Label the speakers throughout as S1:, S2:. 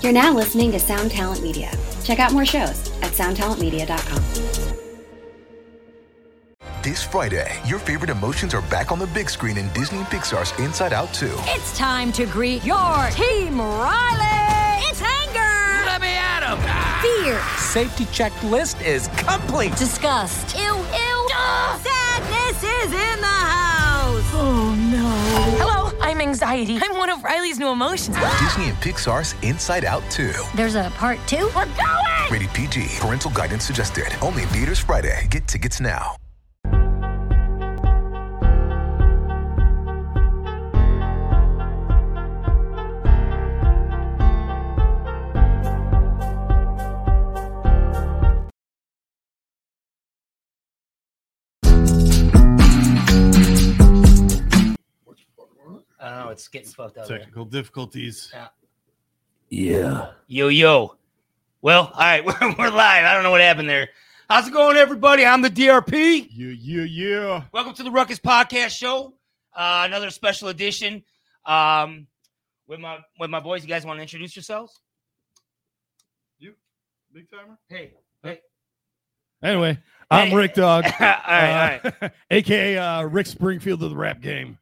S1: You're now listening to Sound Talent Media. Check out more shows at soundtalentmedia.com.
S2: This Friday, your favorite emotions are back on the big screen in Disney and Pixar's Inside Out 2.
S3: It's time to greet your team, Riley! It's anger! Let me at him! Fear!
S4: Safety checklist is complete.
S3: Disgust! Ew! Ew! Sadness is in the house! Oh no. Hello, I'm anxiety. I'm one of Riley's new emotions.
S2: Disney and Pixar's Inside Out 2.
S3: There's a part two? We're going!
S2: Rated PG. Parental guidance suggested. Only in theaters Friday. Get tickets now.
S5: I don't know. It's getting fucked up. here.
S6: Technical difficulties.
S7: Yeah.
S5: Yo, yo. Well, all right, we're, we're live. I don't know what happened there. How's it going, everybody? I'm the DRP.
S6: Yeah, yeah, yeah.
S5: Welcome to the Ruckus Podcast Show. Uh, another special edition. Um, with my with my boys, you guys want to introduce yourselves?
S6: Big timer.
S5: Hey, hey.
S7: Anyway, I'm
S5: Hey.
S7: Rick Dog.
S5: all right, all right.
S7: AKA uh, Rick Springfield of the rap game.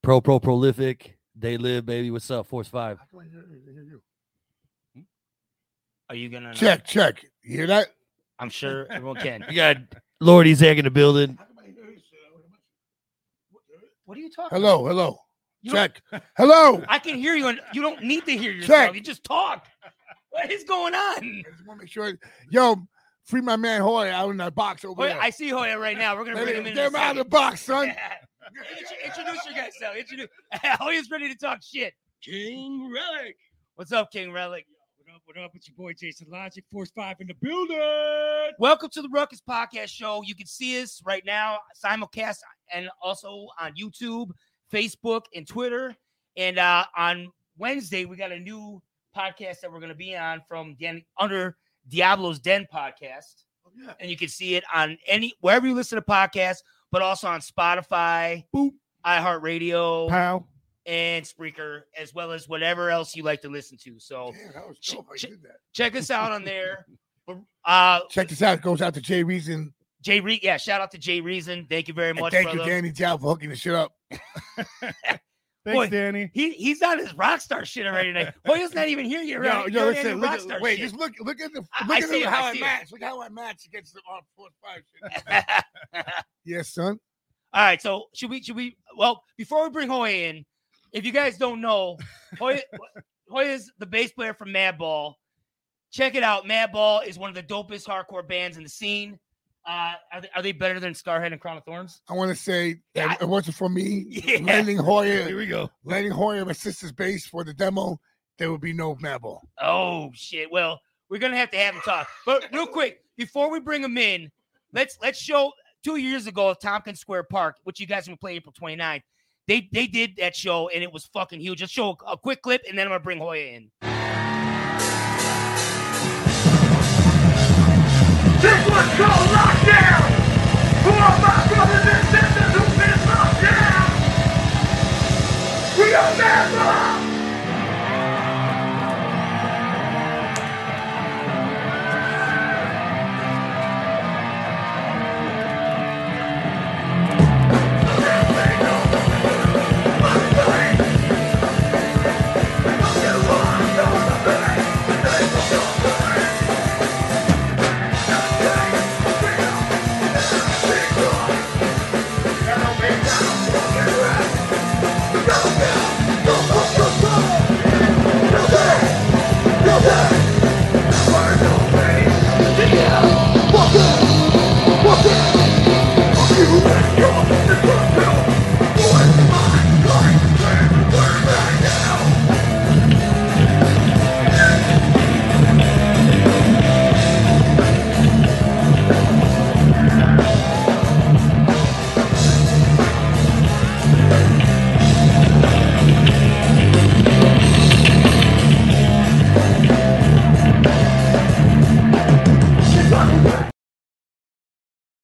S8: Pro pro prolific. They live, baby. What's up? Force five.
S6: How come I hear, I hear you?
S5: Are you gonna
S7: Check, check. You hear that?
S5: I'm sure everyone can.
S8: You got
S7: Lord Ezek in the building.
S6: How come I hear you? sir? What am I-
S5: What are you talking?
S7: Hello, hello.
S5: You don't-
S7: Hello.
S5: I can hear you, and you don't need to hear yourself. You just talk. What is going on?
S7: just want to make sure. Yo, free my man Hoy out in that box over
S5: Hoya, I see Hoya right now. We're gonna bring him in. in a second.
S7: box,
S5: Intro- Introduce yourself. Introduce. Hoya's oh, ready to talk shit.
S9: King Relic.
S5: What's up, King Relic?
S9: What up? What up? It's your boy Jason Logic, Force Five in the building.
S5: Welcome to the Ruckus Podcast Show. You can see us right now, simulcast, and also on YouTube, Facebook, and Twitter. And uh, on Wednesday, we got a new podcast that we're going to be on from Den- under Diablo's Den podcast.
S6: Oh, yeah.
S5: And you can see it on any wherever you listen to podcasts, but also on Spotify,
S7: Boop.
S5: iHeartRadio,
S7: Pow.
S5: and Spreaker, as well as whatever else you like to listen to. So
S6: Damn, that was
S5: Ch-
S6: dope. I
S5: ch-
S6: did that.
S5: check us out on there. Uh,
S7: Check this out. It goes out to Jay Reason.
S5: Jay Re- yeah, shout out to Jay Reason. Thank you very
S7: And
S5: much,
S7: thank
S5: brother.
S7: you, Danny Chow, for hooking the shit up.
S5: Thanks, Boy.
S7: Danny.
S5: He he's on his rock star shit already tonight. Hoya's not even here yet.
S7: Yo,
S5: Right?
S7: yo,
S5: You're already
S7: listen.
S5: on
S7: Look
S5: rock
S7: at,
S5: star
S7: wait,
S5: shit.
S7: just look, look at the,
S5: I-
S7: look
S5: I
S7: at
S5: see it,
S7: how
S5: I
S7: I,
S5: see it.
S7: match. Look how I match against the uh, four five shit. yes, son.
S5: All right, so should we should we well before we bring Hoya in, if you guys don't know, Hoya Hoya's the bass player from Madball. Check it out. Madball is one of the dopest hardcore bands in the scene. Uh, are, they, are they better than Scarhead and Crown of Thorns?
S7: I want to say that
S5: Yeah, I-
S7: it wasn't for me
S5: Yeah.
S7: lending
S8: Here
S7: Hoyer,
S8: we go.
S7: lending Hoyer my sister's bass for the demo. There would be no Madball.
S5: Oh shit. Well, we're gonna have to have him talk. But real quick, before we bring him in, let's let's show two years ago at Tompkins Square Park, which you guys will play April 29th. They they did that show and it was fucking huge. Just show a, a quick clip and then I'm gonna bring Hoya in.
S10: This was called lockdown. For all my brothers and sisters who've been locked down. We are mad love.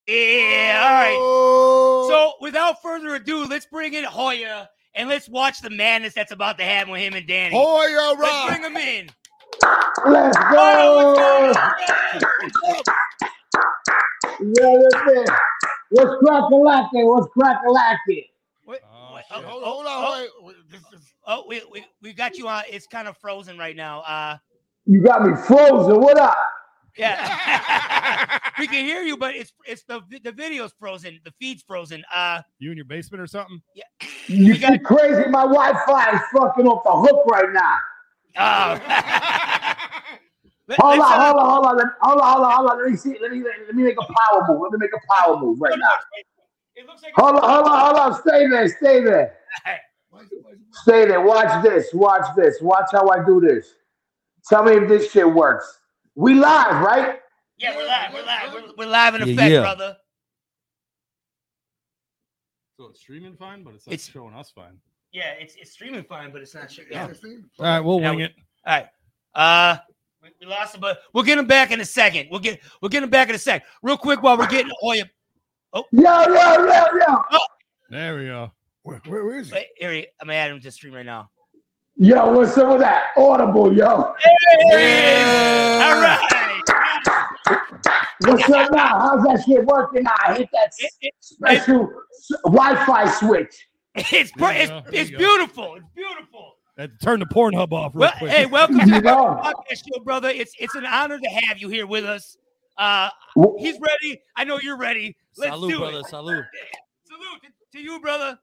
S5: Yeah, all right.
S7: Oh,
S5: So, without further ado, let's bring in Hoya and let's watch the madness that's about to happen with him and Danny.
S7: Hoyer
S5: Let's bring
S7: rock.
S5: him in.
S10: Let's go. Yeah, that's it. What's crack-a-lacking? What's crack-a-lacking?
S5: Oh, hold on, Oh, we, we we got you on. It's kind of frozen right now. Uh,
S10: You got me frozen. What up?
S5: yeah, we can hear you, but it's it's the vi- the video's frozen, the feed's frozen. Uh,
S11: you in your basement or something?
S5: Yeah.
S10: You got crazy. My Wi-Fi is fucking off the hook right now.
S5: oh. Let-
S10: Hold on,
S5: let's, uh,
S10: hold on, hold on, let- hold on, hold on, hold on. Let me see. Let me let me make a power move. Let me make a power move right now. Hold on, hold on, hold on. Stay there, stay there, stay there. Watch this, watch this, watch how I do this. Tell me if this shit works. We live, right?
S5: Yeah, we're live. We're live. We're, we're live in
S10: Yeah,
S5: effect,
S10: yeah.
S5: brother.
S11: So it's streaming fine, but it's, not showing us fine.
S5: Yeah, it's it's streaming fine, but it's not shit.
S11: All right, we'll wing it.
S5: All right. Uh we, we lost him, but we'll get him back in a second. We'll get we'll get him back in a sec. Real quick while we're getting Hoya. Oh.
S10: Yo, yo, yo, yo.
S11: There we go.
S5: where is he? Here he? I'm gonna add him to stream right now.
S10: Yo, what's up with that? Audible, yo.
S5: All right.
S10: What's up now? How's that shit working now? I hit that s- special s- Wi-Fi switch.
S5: It's per- it's, it's beautiful. It's beautiful.
S11: Uh, turn the Pornhub off real
S5: Well,
S11: quick.
S5: hey, welcome to the
S11: You know.
S5: podcast show, brother. It's it's an honor to have you here with us. Uh, he's ready. I know you're ready. Let's
S8: Salute,
S5: do
S8: brother,
S5: it.
S8: salute.
S5: Salute to you, brother.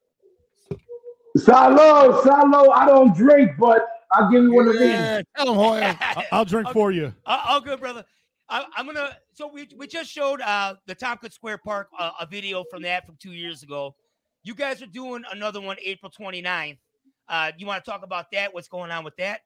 S10: Salo, Salo, I don't drink, but I'll give you one of these.
S11: I- I'll drink for you.
S5: Uh, all good, brother. I, I'm gonna. So we we just showed uh the Tompkins Square Park uh, a video from that from two years ago. You guys are doing another one April 29th. Uh, you want to talk about that? What's going on with that?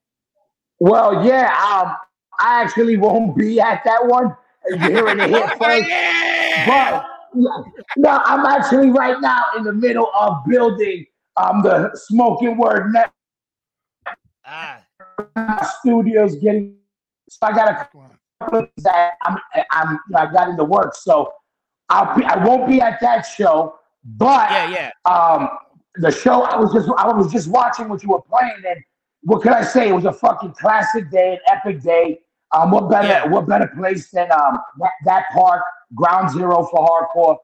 S10: Well, yeah, um, I actually won't be at that one. You're hearing it here first. But yeah, no, I'm actually right now in the middle of building um the Smoking Word Network
S5: Ah,
S10: studios getting. So I got a couple of things that I'm, I'm I got in the works. So I'll be, I won't be at that show, but
S5: yeah,
S10: yeah. Um, the show I was just I was just watching what you were playing, and what could I say? It was a fucking classic day, an epic day. Um, what better what better place than um that, that park, ground zero for hardcore.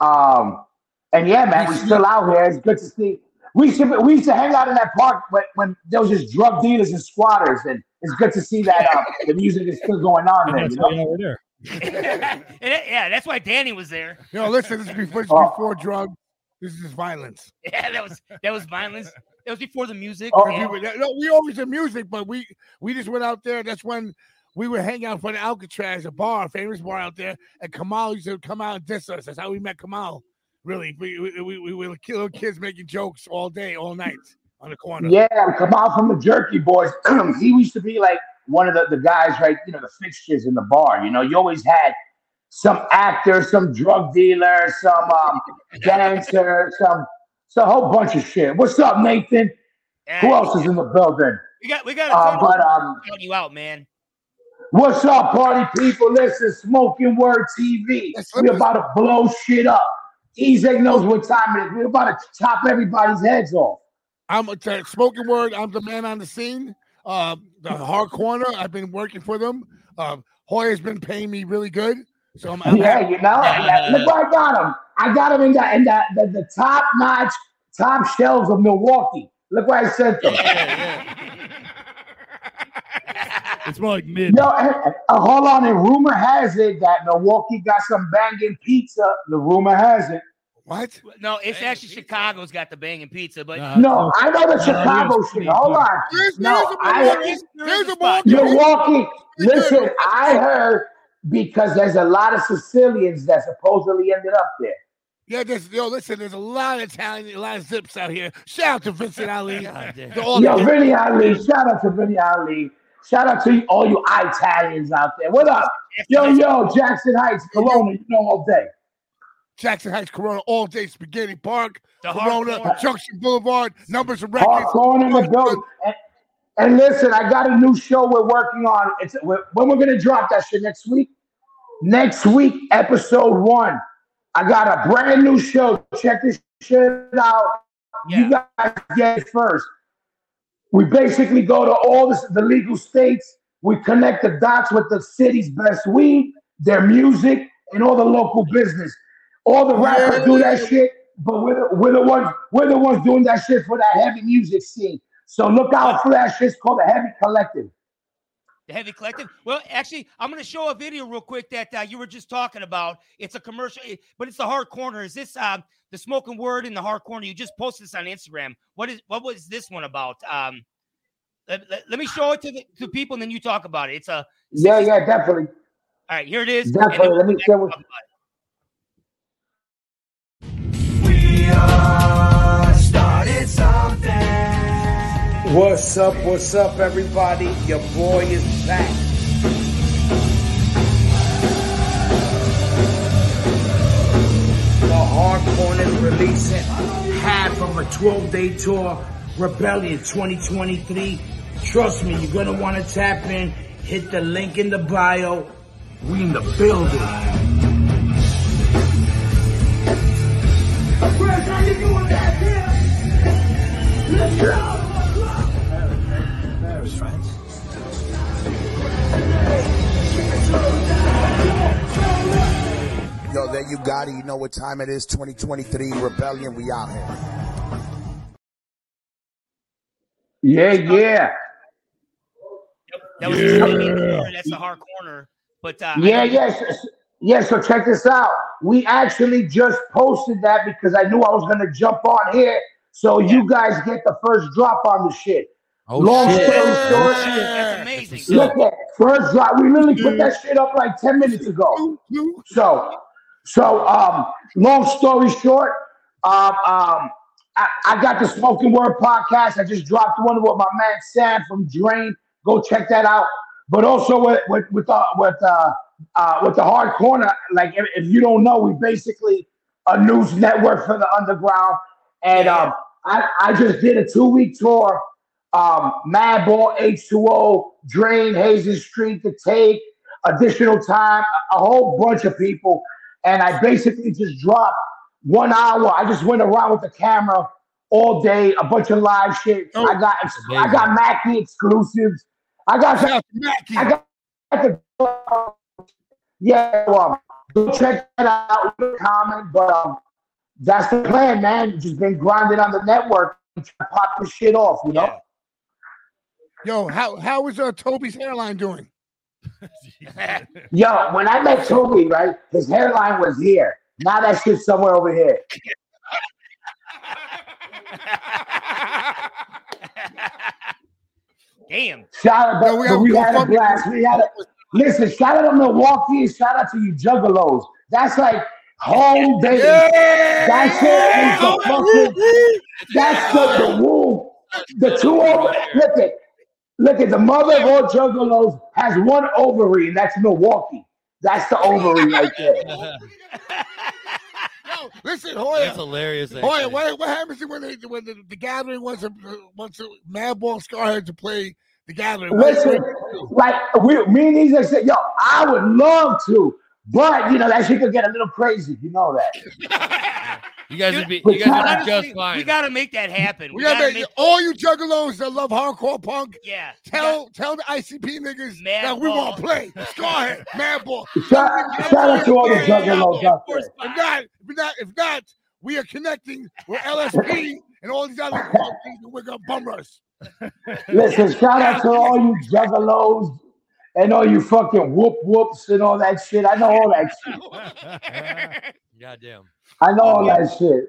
S10: Um, and yeah, man, we still out here. It's good to see. We used to, we used to hang out in that park when, when there was just drug dealers and squatters, and it's good to see that uh, the music is still going on there. You know?
S5: And that- yeah, that's why Danny was there.
S7: No, listen, this is before, this is before drugs. This is violence.
S5: Yeah, that was that was violence. That was before the music.
S7: Oh,
S5: Yeah.
S7: we were, no, we always did music, but we we just went out there. That's when we would hang out for the Alcatraz, a bar, a famous bar out there, and Kamal used to come out and diss us. That's how we met Kamal. Really, we we, we, we were little kids making jokes all day, all night on the corner.
S10: Yeah, Kamal from the Jerky Boys. he used to be like one of the, the guys, right? You know, the fixtures in the bar. You know, you always had some actor, some drug dealer, some um, dancer, some, it's a whole bunch of shit. What's up, Nathan? Who else is in the building?
S5: We got we got
S10: Uh,
S5: a
S10: but, um,
S5: you out, man.
S10: What's up, party people? Listen, Smoking Word TV. We about to blow shit up. Ezek knows what time it is. We're about to chop everybody's heads off.
S7: I'm a t- spoken word. I'm the man on the scene. Uh, the hard corner. I've been working for them. Uh, Hoyer's been paying me really good. So I'm, I'm
S10: yeah,
S7: happy.
S10: you know, I- look where I got him. I got him in the in the, the, the top notch, top shelves of Milwaukee. Look where I sent them.
S11: It's more like mid.
S10: Yo, uh, uh, hold on. And rumor has it that Milwaukee got some banging pizza. The rumor has it.
S7: What?
S5: No, it's actually Chicago's got the banging pizza, but uh,
S10: No, I know the Chicago shit. Hold on. No, I, Milwaukee. Listen, I heard because there's a lot of Sicilians that supposedly ended up there.
S7: Yeah, there's yo, listen, there's a lot of Italian, a lot of zips out here. Shout out to Vincent Ali. To all
S10: Yo,
S7: the-
S10: Vinny Ali, shout out to Vinny Ali. Shout out to all you Italians out there. What up? Yo, yo, Jackson Heights, Kelowna, you know all day.
S7: Jackson Heights Corona all day Spaghetti Park,
S5: the
S7: Corona, Junction Boulevard, numbers and records.
S10: Hawthorne in the building. And, and listen, I got a new show we're working on. It's we're, when we're gonna drop that shit next week. Next week, episode one. I got a brand new show. Check this shit out. You guys get it first. We basically go to all this, the legal states. We connect the dots with the city's best weed, their music, and all the local business. All the rappers do that shit, but we're the, we're the ones we're the ones doing that shit for that heavy music scene. So look out for that shit. It's called the Heavy Collective.
S5: The Heavy Collective. Well, actually, I'm going to show a video real quick that uh, you were just talking about. It's a commercial, eh, but it's the hard corner. Is this um, the smoking word in the hard corner? You just posted this on Instagram. What is what was this one about? Um, let, let- let me show it to the to people, and then you talk about it. It's a
S10: Yeah, yeah, definitely,
S5: all right. Here it is. and then
S10: definitely.
S5: we'll
S10: Let me share with
S12: started something. What's up? What's up, everybody? Your boy is back. The Hardcore is releasing half of a 12 day tour, Rebellion 2023. Trust me, you're gonna wanna tap in. Hit the link in the bio. We in the building. Yo, there you got it. You know what time it is. 2023 Rebellion. We out here.
S10: Yeah, yeah.
S5: That was just the main corner, That's the hard corner. But uh, I
S10: yeah,
S5: know-
S10: yes, yeah. So check this out. We actually just posted that because I knew I was gonna jump on here, so you guys get the first drop on the shit.
S13: Oh,
S10: Long
S13: shit.
S10: story short,
S5: That's amazing.
S10: Look at first drop. We literally put that shit up like ten minutes ago. So, so um, long story short, um, um, I, I got the spoken word podcast. I just dropped one with my man Sam from Drain. Go check that out. But also with with with uh, with, uh, uh, with the hard corner. Like if, if you don't know, we basically a news network for the underground. And um, I I just did a two week tour um, Madball, H2O, Drain, Hazen Street, The Take, Additional Time, a a whole bunch of people. And I basically just dropped one hour. I just went around with the camera all day, a bunch of live shit. I got I got Mackie exclusives. I got I got the yeah. Um, go check that out. leave a Comment, but um, that's the plan, man. Just been grinding on the network, and trying to pop this shit off, you know.
S7: Yo, how how is uh, Toby's hairline doing?
S10: Yo, when I met Toby, right, his hairline was here. Now that shit's somewhere over here.
S5: Damn.
S10: Shout out,
S5: Yo, we
S10: to, we,
S5: gotta
S10: had
S5: go fuck
S10: a blast.
S5: with-
S10: We had a, listen, shout out to Milwaukee and shout out to you juggalos. That's like whole day. That's it. It's a fucking, that's the, the womb. The two over. Look at, look at the mother of all juggalos has one ovary, and that's Milwaukee. That's the ovary right there.
S7: Yo, listen, Hoya.
S8: That's hilarious,
S7: Hoya,
S8: actually.
S7: what, what happens when they when the, the gathering wants to wants to Madball Scarhead to play the gathering? What-
S10: Listen, like we, me and these, I said, yo, I would love to, but you know that shit could get a little crazy. You know that.
S8: You guys would be
S10: But
S8: you guys would be
S10: honestly,
S8: just
S10: we
S8: fine.
S5: We gotta make that happen.
S7: We gotta make, all you juggalos that love hardcore punk.
S5: Yeah.
S7: Tell tell the ICP niggas that we want to play Scarhead, Madball.
S10: Shout, shout out to all the juggalos out there.
S7: If not, if not, if not, we are connecting with LSP and all these other companies that we're gonna bum rush.
S10: Listen, shout out to all you juggalos and all you fucking whoop whoops and all that shit. I know all that shit.
S8: Goddamn.
S10: I know all that shit.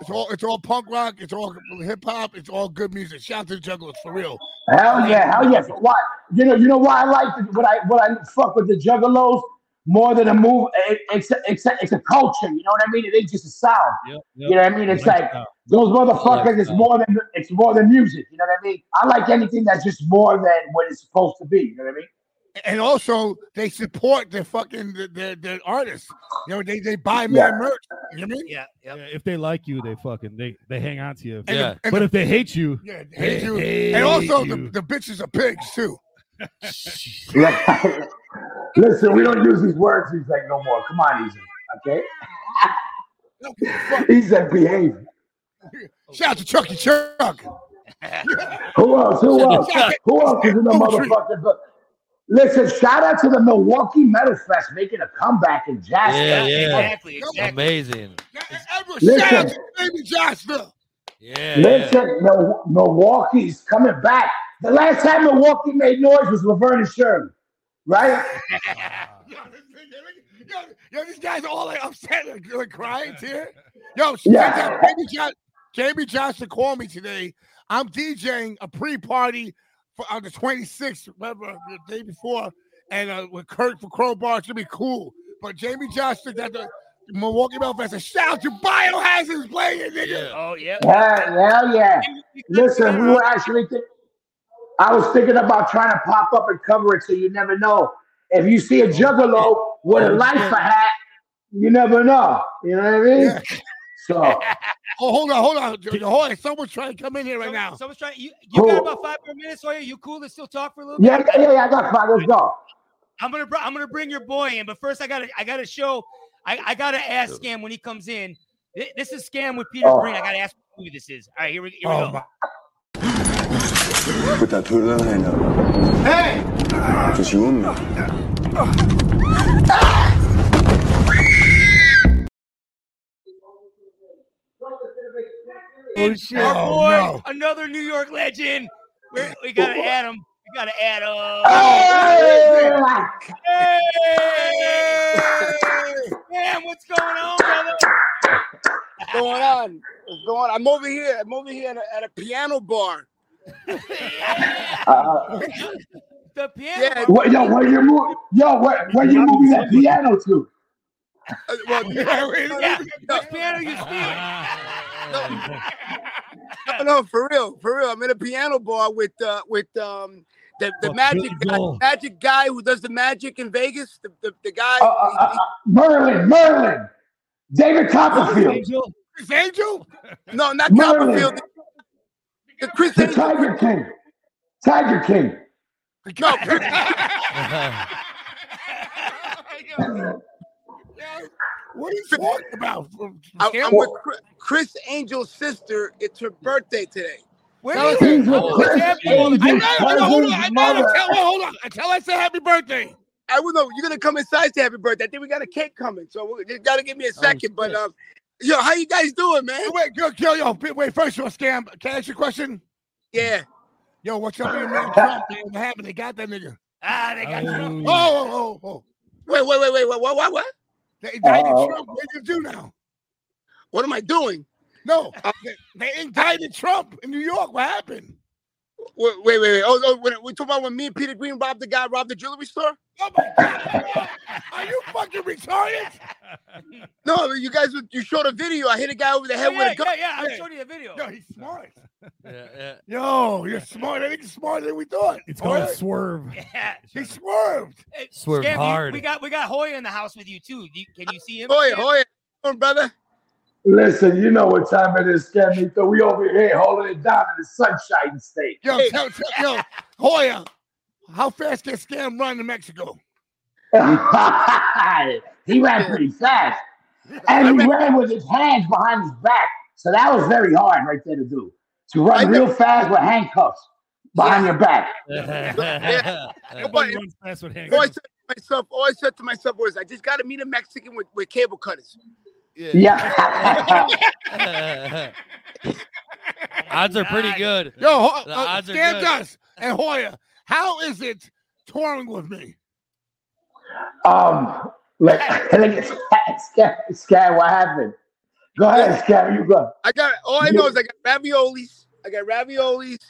S7: It's all it's all punk rock, it's all hip hop, it's all good music. Shout out to the jugglers for real.
S10: Hell yeah, hell yeah. But Why? You know, you know why I like the, what I what I fuck with the juggalos more than a move. It, it's a, it's a, it's a culture. You know what I mean? It ain't just a sound. You know what I mean? It's like those motherfuckers. It's more than it's more than music. You know what I mean? I like anything that's just more than what it's supposed to be. You know what I mean?
S7: And also they support their fucking their their, their artists. You know, they, they buy
S11: Yeah.
S7: man merch. You know what I mean?
S5: Yeah,
S11: If they like you, they fucking they they hang on to you.
S7: And the- and
S11: but
S7: the-
S11: if they hate you,
S7: Yeah, they hate you.
S11: hate
S7: and also
S11: you.
S7: the, the bitches are pigs too.
S10: Yeah. Listen, we don't use these words. He's like, no more. Come on, easy. Okay. He's like,
S7: E.
S10: behave.
S7: Shout out to Chucky Chuck.
S10: Who else? Who else? Who else is in the
S8: Oh,
S10: motherfucking book? Listen, shout out to the Milwaukee Metal Fest making a comeback in Jasper.
S8: yeah, yeah. Amazing.
S10: Listen,
S7: Baby Joshville.
S8: Yeah.
S10: listen, Mil- Milwaukee's coming back. The last time Milwaukee made noise was Laverne and Shirley, right?
S7: Yo, yo, these guys are all like upset, like, like crying here. Yo,
S10: Yeah.
S7: yeah. Jamie, John, Jamie Johnson called me today. I'm DJing a pre-party for on the 26th, remember the day before, and uh, with Kurt for Crowbar, it should be cool. But Jamie Johnson got the Milwaukee Mouth Fest. Shout out to Biohazard's playing, nigga.
S5: Oh yeah.
S10: Yeah, hell yeah. Listen, we were actually think- I was thinking about trying to pop up and cover it so you never know. If you see a juggalo with
S8: Oh,
S10: a lifer hat, you never know. You know what I mean? So
S7: Oh, hold on, hold on. J- Hold on. Someone's trying to come in here right now.
S5: Someone's trying. You,
S10: you got Who?
S5: about five more minutes, Hoyer. You cool to still talk for a little
S10: yeah,
S5: bit?
S10: yeah, yeah, yeah, I got five. Let's go.
S5: I'm gonna br- I'm gonna bring your boy in, but first I gotta I gotta show I, I gotta ask Scam when he comes in. Th- This is Scam with Peter
S13: Oh.
S5: Green. I gotta ask who this is. All right, here we, here
S7: Oh,
S5: we go.
S13: Put that two little hand up. Hey! Because uh, you and me.
S8: Oh shit!
S5: Our
S13: Oh,
S5: boy,
S13: no.
S5: another New York legend. We're, we gotta add him. We gotta add oh. him.
S10: Oh,
S5: Hey! Man, what's going on, brother?
S14: What's going on? What's going on? I'm over here. I'm over here at a, at a piano bar.
S10: Uh,
S5: the piano.
S14: Yeah.
S10: what, yo, where you move? Yo, where, where you moving that piano to?
S14: Uh, well,
S5: yeah. Which piano you stealing?
S14: no, no, for real, for real. I'm in a piano bar with uh with um the, the magic guy, magic guy who does the magic in Vegas. The the, the guy.
S10: Merlin, Merlin, David Copperfield,
S14: Chris Angel? No, not
S10: Merlin.
S14: Copperfield. The Chris
S10: the Tiger King, Tiger King.
S14: No, Chris-
S7: What are you talking about?
S14: I, am with Chris, Chris Angel's sister. It's her birthday today.
S7: Tell her-
S5: Oh.
S7: What's happening? I know, I know, hold on, I know. Tell her, hold on. Tell her I said happy birthday.
S14: I will know. You're gonna come inside to happy birthday. I think we got a cake coming, so we- you gotta give me a second. but um, yo, how you guys doing, man?
S7: Wait, yo, yo, yo, wait, wait, first of all, Scam, can I ask you a question?
S14: Yeah.
S7: Yo, what's up with your man Trump, man? What happened? They got that nigga.
S5: Ah, they
S7: got Trump.
S14: Oh.
S7: Oh, oh, oh, oh.
S14: Wait, wait, wait, wait, what, what, what, what?
S7: They indicted
S14: Uh-oh.
S7: Trump. What do you do now?
S14: What am I doing?
S7: No, they, they indicted Trump in New York. What happened?
S14: Wait, wait, wait. wait. Oh, oh we're, we're talking about when me and Peter Green robbed the guy, robbed the jewelry store.
S7: Oh my god! Are you fucking retarded?
S14: No, you guys, you showed a video. I hit a guy over the
S5: Oh,
S14: head
S5: yeah,
S14: with a gun.
S5: yeah, yeah, I'm showing you the video.
S7: Yo, he's smart.
S8: Yeah,
S7: Yo, you're smart. I think he's smarter than we thought. It's
S11: called swerve.
S5: Yeah.
S7: He swerved.
S5: Hey,
S11: Swerve
S5: Scam, you-
S11: hard.
S5: we got we got Hoya in the house with you too. Do you- can you see him?
S14: Hoya, Hoya, brother.
S10: Listen, you know what time it is, Camito. We over here holding it down in the Sunshine State.
S7: Yo, tell, tell, yo, Hoya, how fast can Scam run in Mexico?
S10: he ran pretty fast, and he ran with his hands behind his back. So that was very hard right there to do. To run real fast with handcuffs behind your back.
S14: Yeah.
S11: Nobody runs fast with
S14: All I
S11: handcuffs.
S14: said to myself, all I said to myself was, I just got to meet a Mexican with, with cable cutters.
S10: Yeah.
S8: odds are pretty good.
S7: Yo, Ho-
S8: The
S7: uh,
S8: odds are
S7: Scam
S8: good.
S7: does. And Hoya, how is it touring with me?
S10: Um, like, like Sky, Sky, what happened? Go ahead, Sky. You go.
S14: I got all I know is I got raviolis, I got raviolis,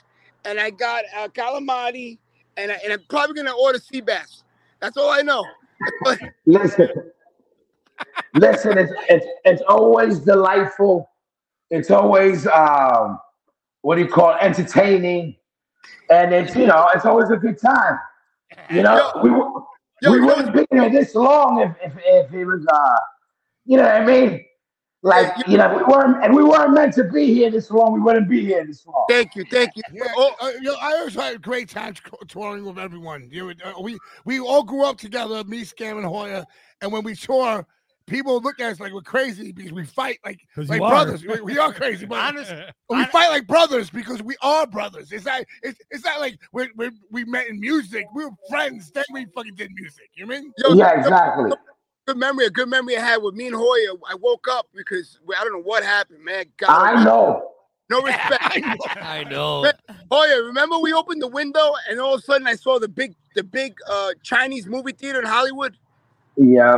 S14: and I got uh, calamari, and I, and I'm probably gonna order sea bass. That's all I know.
S10: Listen, listen. It's, it's it's always delightful. It's always um, what do you call it? entertaining, and it's you know it's always a good time. You know we wou- we wouldn't be here this long if if, if it was uh, you know what I mean. Like you know, we weren't and we weren't meant to be here this long. We wouldn't be here this long.
S14: Thank you, thank you. Oh.
S7: Yeah, uh, yo, I always had a great time t- touring with everyone. You, would- uh, we we all grew up together, me, Scam, and Hoya. And when we tour, people look at us like we're crazy because we fight like
S11: 'Cause
S7: like
S11: you are.
S7: brothers. We, we are crazy, but
S11: Honest-
S7: we fight like brothers because we are brothers. It's not it's, it's not like we we we met in music. We were friends. Then we fucking did music. You know what I mean?
S10: yeah, exactly.
S14: Good memory, a good memory I had with me and Hoya. I woke up because well, I don't know what happened, man. God,
S10: I know.
S14: No respect.
S8: I know.
S14: Hoya, Oh, remember we opened the window and all of a sudden I saw the big, the big uh, Chinese movie theater in Hollywood.
S10: Yeah.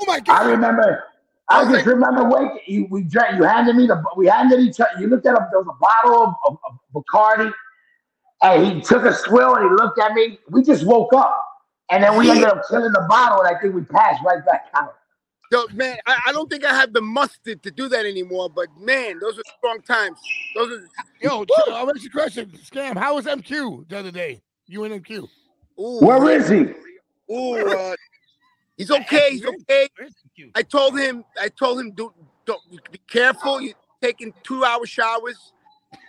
S7: Oh my
S10: god. I remember. I just remember waking. You, we drank. You handed me the. We handed each other. You looked at a, there was a bottle of, of, of Bacardi, and he took a swill and he looked at me. We just woke up, and then we ended up killing the bottle, and I think we passed right back out.
S14: So, man, I, I don't think I have the mustard to do that anymore. But man, those were strong times. Those were
S7: Yo, I'll ask you a question. Scam, how was MQ the other day? You and MQ.
S10: Where is he?
S14: Ooh, uh, he's okay. He's okay. I told him. I told him, do don't be careful. You're taking two-hour showers.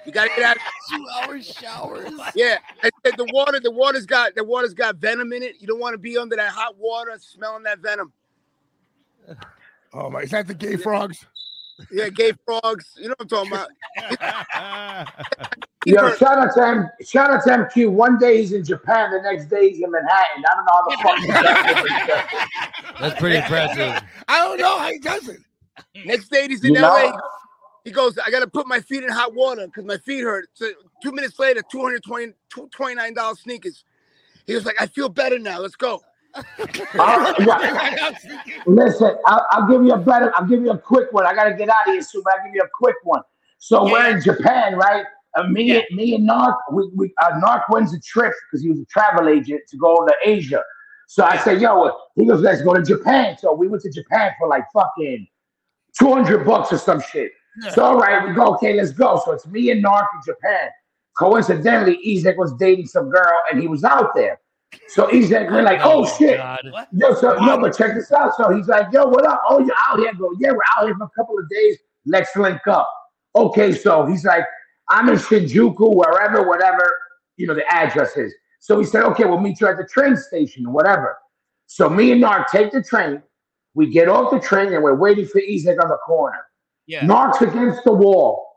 S14: You gotta get out.
S15: Two-hour showers.
S14: Yeah, I said the water. The water's got the water's got venom in it. You don't want to be under that hot water, smelling that venom.
S7: Oh my! Is that the gay frogs?
S14: Yeah, gay frogs. You know what I'm talking about.
S10: Yo, shout out to him. Shout out to MQ. One day he's in Japan, the next day he's in Manhattan. I don't know how the fuck. he does it.
S8: That's pretty impressive.
S7: I don't know how he does it.
S14: Next day he's in
S10: You
S14: LA.
S10: know?
S14: He goes, I gotta put my feet in hot water because my feet hurt. So two minutes later, 220 $29 sneakers. He was like, I feel better now. Let's go.
S10: All right. Listen, I'll, I'll give you a better. I'll give you a quick one. I gotta get out of here soon, but I'll give you a quick one. So we're in Japan, right? Uh, me, and me and Narc, we, we uh, Narc wins a trip because he was a travel agent to go to Asia. So I said, "Yo," uh, he goes, "Let's go to Japan." So we went to Japan for like fucking two hundred bucks or some shit. So all right, we go. Okay, let's go. So it's me and Narc in Japan. Coincidentally, Ezek was dating some girl, and he was out there. So Ezek, we're like, "Oh shit!" Yo, so no, but check this out. So he's like, yo, what up? Oh, you're out here? I go, yeah, we're out here for a couple of days. Let's link up. Okay, so he's like, I'm in Shinjuku, wherever, whatever, you know, the address is. So he said, okay, we'll meet you at the train station, whatever. So me and Nark take the train. We get off the train and we're waiting for Isaac on the corner.
S5: Yeah.
S10: Nark's against the wall.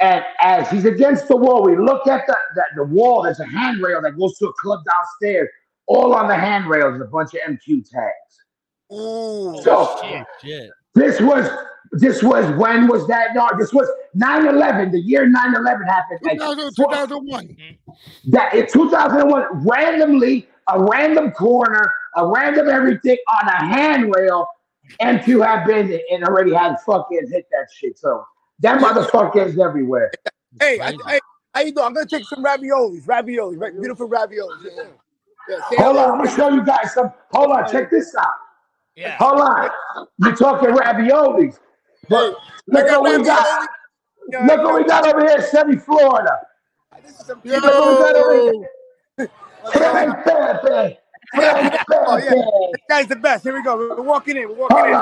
S10: And as he's against the wall, we look at the, the, the wall. There's a handrail that goes to a club downstairs. All on the handrail is a bunch of MQ tags.
S14: Ooh,
S10: So-
S8: shit, shit.
S10: This was this was when was that? No, this was 9-11. The year 9-11 happened. Like,
S7: 2001.
S10: That in 2001, randomly, a random corner, a random everything on a handrail, MQ had been and already had fucking hit that shit. So that motherfucker is everywhere.
S14: Hey, I, hey, how you doing? I'm gonna take some raviolis, raviolis, right? Beautiful raviolis. Yeah. Yeah, say
S10: Hold on,
S14: hello.
S10: I'm gonna show you guys some. Hold on, check this out.
S14: Oh,
S10: Hold on, you're talking raviolis, but look at what we got.
S14: uh,
S10: Look what we got over here, Chevy, Florida. Look what we got over here. Fran Pepe. Fran
S14: Oh, yeah.
S10: Pepe.
S14: This guy's the best. Here we go. We're walking in. We're walking
S10: Hold
S14: in.
S10: on,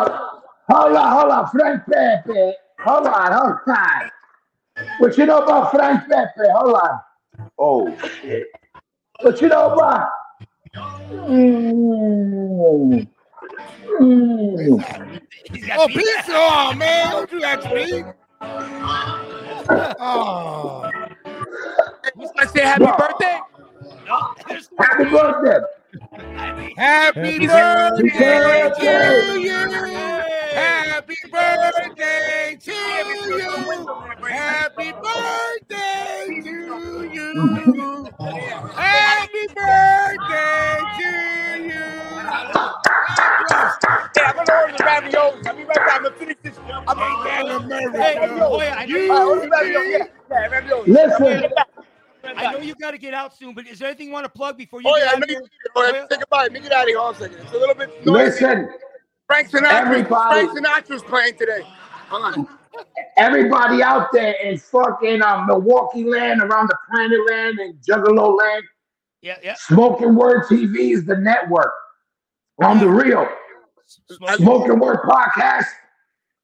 S10: hold on, hold on, Frank Pepe. Hold on, hold on. What you know about Frank Pepe? Hold on. Oh shit. What you know about? Mm. Mm.
S7: Oh, pizza! Oh man, don't do that to me. Oh.
S14: I say happy birthday. uh,
S10: Happy birthday.
S7: Happy birthday to you. Happy birthday to you. Happy birthday to you. Happy birthday to you.
S14: Hey, I'm gonna order the raviolis. I'll be right back. I'm gonna finish this. I'm
S7: gonna murder
S14: Hey, raviolis. All right, order the raviolis. Yeah, yeah, raviolis.
S10: Listen.
S14: I'll be right back.
S5: I know you got to get out soon, but is there anything you want to plug before you
S14: Oh
S5: get
S14: yeah,
S5: out of
S14: make it,
S5: here?
S14: oh, yeah, think about it. Make it out of here. Hold on a second. It's a little bit noisy.
S10: Listen,
S14: Frank Sinatra.
S10: Everybody-
S14: Frank Sinatra's playing today. Hold on.
S10: everybody out there in fucking um, Milwaukee land, around the planet land, and Juggalo land,
S5: Yeah, yeah.
S10: Smoking Word TV is the network. On the real, Smoking Word podcast.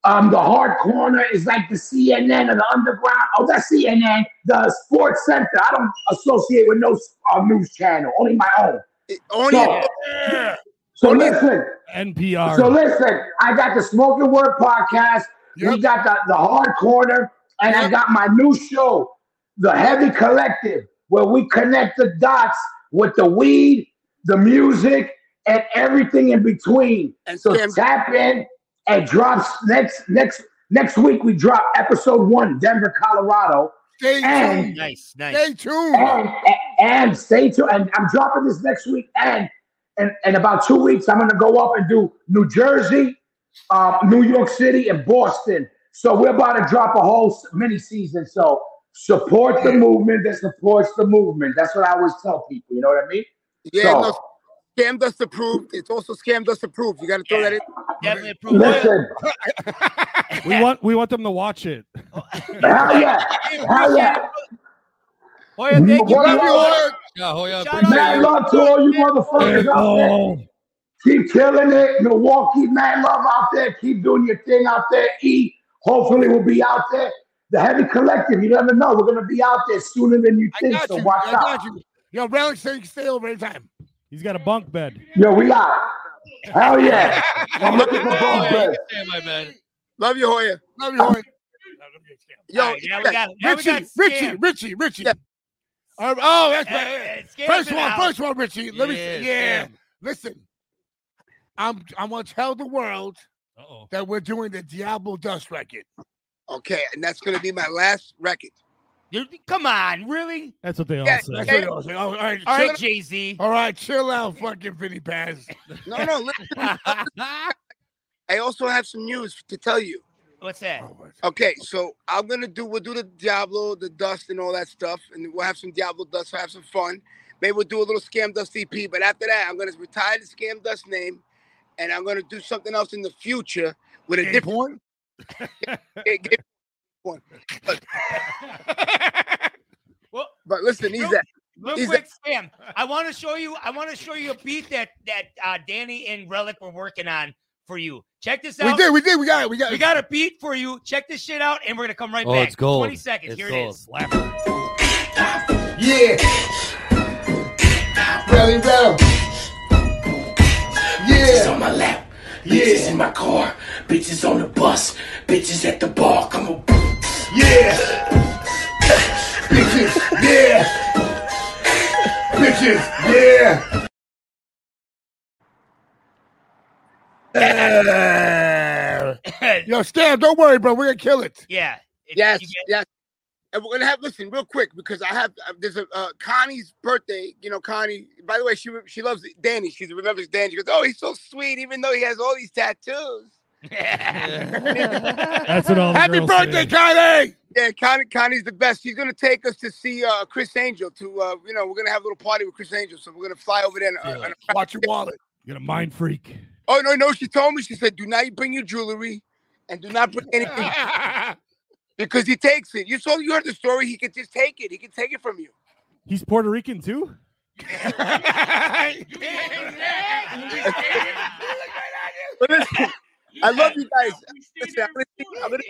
S10: Um, the hard corner is like the CNN and the underground. Oh, that's CNN, the Sports Center. I don't associate with no uh, news channel, only my own.
S14: Only
S10: so, so listen,
S11: NPR.
S10: So listen, I got the Smoking Word podcast. We got the, the Hard Corner, and I got my new show, The Heavy Collective, where we connect the dots with the weed, the music, and everything in between.
S16: And
S10: so
S16: Sam-
S10: tap in and drops next next next week. We drop episode one, Denver, Colorado. Stay and,
S5: Nice, nice.
S10: Stay tuned. And, and stay tuned. And I'm dropping this next week. And in, in about two weeks, I'm going to go up and do New Jersey, um, New York City, and Boston. So we're about to drop a whole s- mini season. So support the movement that supports the movement. That's what I always tell people. You know what I mean?
S16: Yeah,
S10: So,
S16: no, scam dust approved. It's also scam dust approved. You got to throw that in.
S5: Definitely approved.
S10: listen.
S11: We want we want them to watch it.
S10: Hell yeah. Hell yeah.
S5: Hoya, thank you.
S10: One
S5: Love you, Hoya.
S10: love.
S17: Yeah, Hoya,
S10: Mad love to all you motherfuckers out
S11: Oh,
S10: there. Keep killing it. Milwaukee, mad love out there. Keep doing your thing out there. E, hopefully, we'll be out there. The Heavy Collective, you never know. We're going to be out there sooner than you think, so watch
S7: I
S10: out.
S7: got you. Yo, Relic said you can stay over anytime.
S11: He's got a bunk bed.
S10: Yo, we out. Hell yeah. I'm looking for both
S16: Hoya,
S10: beds.
S16: you Love you, Hoya.
S7: Love you, Hoya.
S16: Yo,
S5: now we got, now we
S7: Richie,
S5: got
S7: Richie,
S5: Scam.
S7: Richie, Richie. Uh, oh, that's
S5: Uh,
S7: right.
S5: uh, Scam's
S7: first
S5: been
S7: one,
S5: out.
S7: first one, Richie. Let me.
S5: Yeah,
S7: see. Yeah,
S5: Scam.
S7: listen. I'm. I want to tell the world that we're doing the Diablo Dust record.
S16: Okay, and that's gonna be my last record.
S5: come on, really?
S11: That's what they all
S16: Yeah,
S11: say.
S7: That's what I was like. All right,
S5: All right,
S7: chill-
S5: Jay Z.
S7: all right, chill out, fucking Vinny Paz. Oh,
S16: No, no. Listen, I also have some news to tell you.
S5: What's that?
S16: Okay, so I'm gonna do we'll do the Diablo, the dust, and all that stuff, and we'll have some Diablo dust. We'll have some fun. Maybe we'll do a little scam dust EP. But after that, I'm gonna retire the scam dust name, and I'm gonna do something else in the future with a
S7: Gay
S16: different
S7: porn?
S16: gay- gay porn. But,
S5: Well-
S16: but listen, he's that.
S5: Real
S16: He's
S5: quick, Sam. I want to show you. I want to show you a beat that that uh, Danny and Relic were working on for you. Check this
S7: We
S5: out.
S7: did, we did, we got it, we got
S5: We
S7: it.
S5: got a beat for you. Check this shit out, and we're gonna come right
S17: Oh,
S5: back.
S17: it's gold.
S5: Twenty seconds.
S17: It's
S5: Here
S17: gold.
S5: it is.
S18: Yeah. Belly bell.
S19: Bitches on my lap, bitches in my car, bitches on the bus, bitches at the bar. Come on,
S18: Yeah. Bitches. Yeah. Bitches. Yeah.
S7: Yo, Stan, don't worry, bro. We're gonna kill it.
S5: Yeah.
S16: yes, yes. And we're gonna have listen real quick because I have uh, there's a uh, Connie's birthday. You know, Connie. By the way, she she loves Danny. She remembers Danny. She goes, "Oh, he's so sweet, even though he has all these tattoos."
S11: That's what all the girls say.
S7: Connie!
S16: Yeah, Connie, Connie's the best. She's gonna take us to see uh, Chris Angel. To uh, you know, we're gonna have a little party with Chris Angel, so we're gonna fly over there. And, uh, and-
S7: Watch your wallet.
S11: You're a mind freak.
S16: Oh no, no, she told me. She said, "Do not bring your jewelry, and do not bring anything." Because he takes it. You saw, you heard the story. He could just take it. He can take it from you.
S11: He's Puerto Rican too.
S16: But listen, I love you guys. Listen, I'm gonna see- I'm gonna-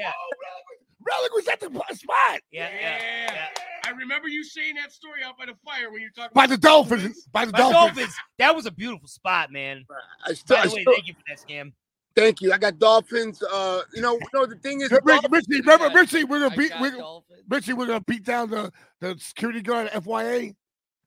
S7: Relic was at the spot.
S5: Yeah,
S20: yeah, I remember you saying that story out by the fire when you talked
S7: By the Dolphins. By the
S5: By Dolphins.
S7: Dolphins.
S5: That was a beautiful spot, man.
S16: I still-
S5: By
S16: I
S5: the way,
S16: still-
S5: thank you for that scam.
S16: Thank you. I got Dolphins. Uh, you know, no. The thing is,
S7: Rich-
S16: Dolphins-
S7: Richie, remember,
S16: Yeah.
S7: Richie, we're
S16: I
S7: gonna beat,
S16: got
S7: we're, gonna- Richie, we're gonna beat down the, the security guard at FYA.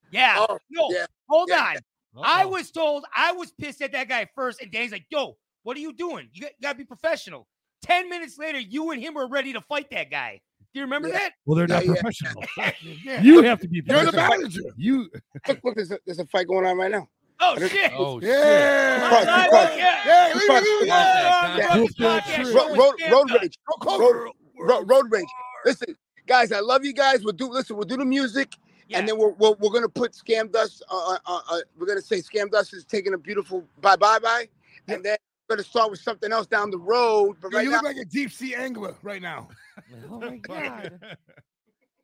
S5: Yeah.
S16: Oh,
S5: no,
S16: yeah,
S5: hold
S16: yeah,
S5: on. I was told I was pissed at that guy first, and Danny's like, yo, what are you doing? You got, to be professional. 10 minutes later, you and him were ready to fight that guy. Do you remember that?
S11: Well, they're
S16: Yeah,
S11: not
S16: yeah.
S11: professional.
S7: Yeah.
S11: You have to be.
S7: You're the
S11: professional.
S7: manager.
S11: You.
S16: Look, look, there's a, there's a fight going on right now.
S5: Oh, shit.
S7: Yeah.
S16: Cross,
S5: Outside,
S16: cross.
S5: yeah.
S7: Yeah, leave it, leave it, leave it.
S5: Road,
S16: Road, road, road rage. Road, road, road rage. Listen, guys, I love you guys. We'll do listen. We'll do the music, and then we're we're, we're gonna put Scam Dust. Uh, uh, uh, we're gonna say Scam Dust is taking a beautiful bye bye bye, and then we're gonna start with something else down the road. But
S7: Yo,
S16: right
S7: you
S16: now,
S7: look like a deep sea angler right now.
S17: Oh my god.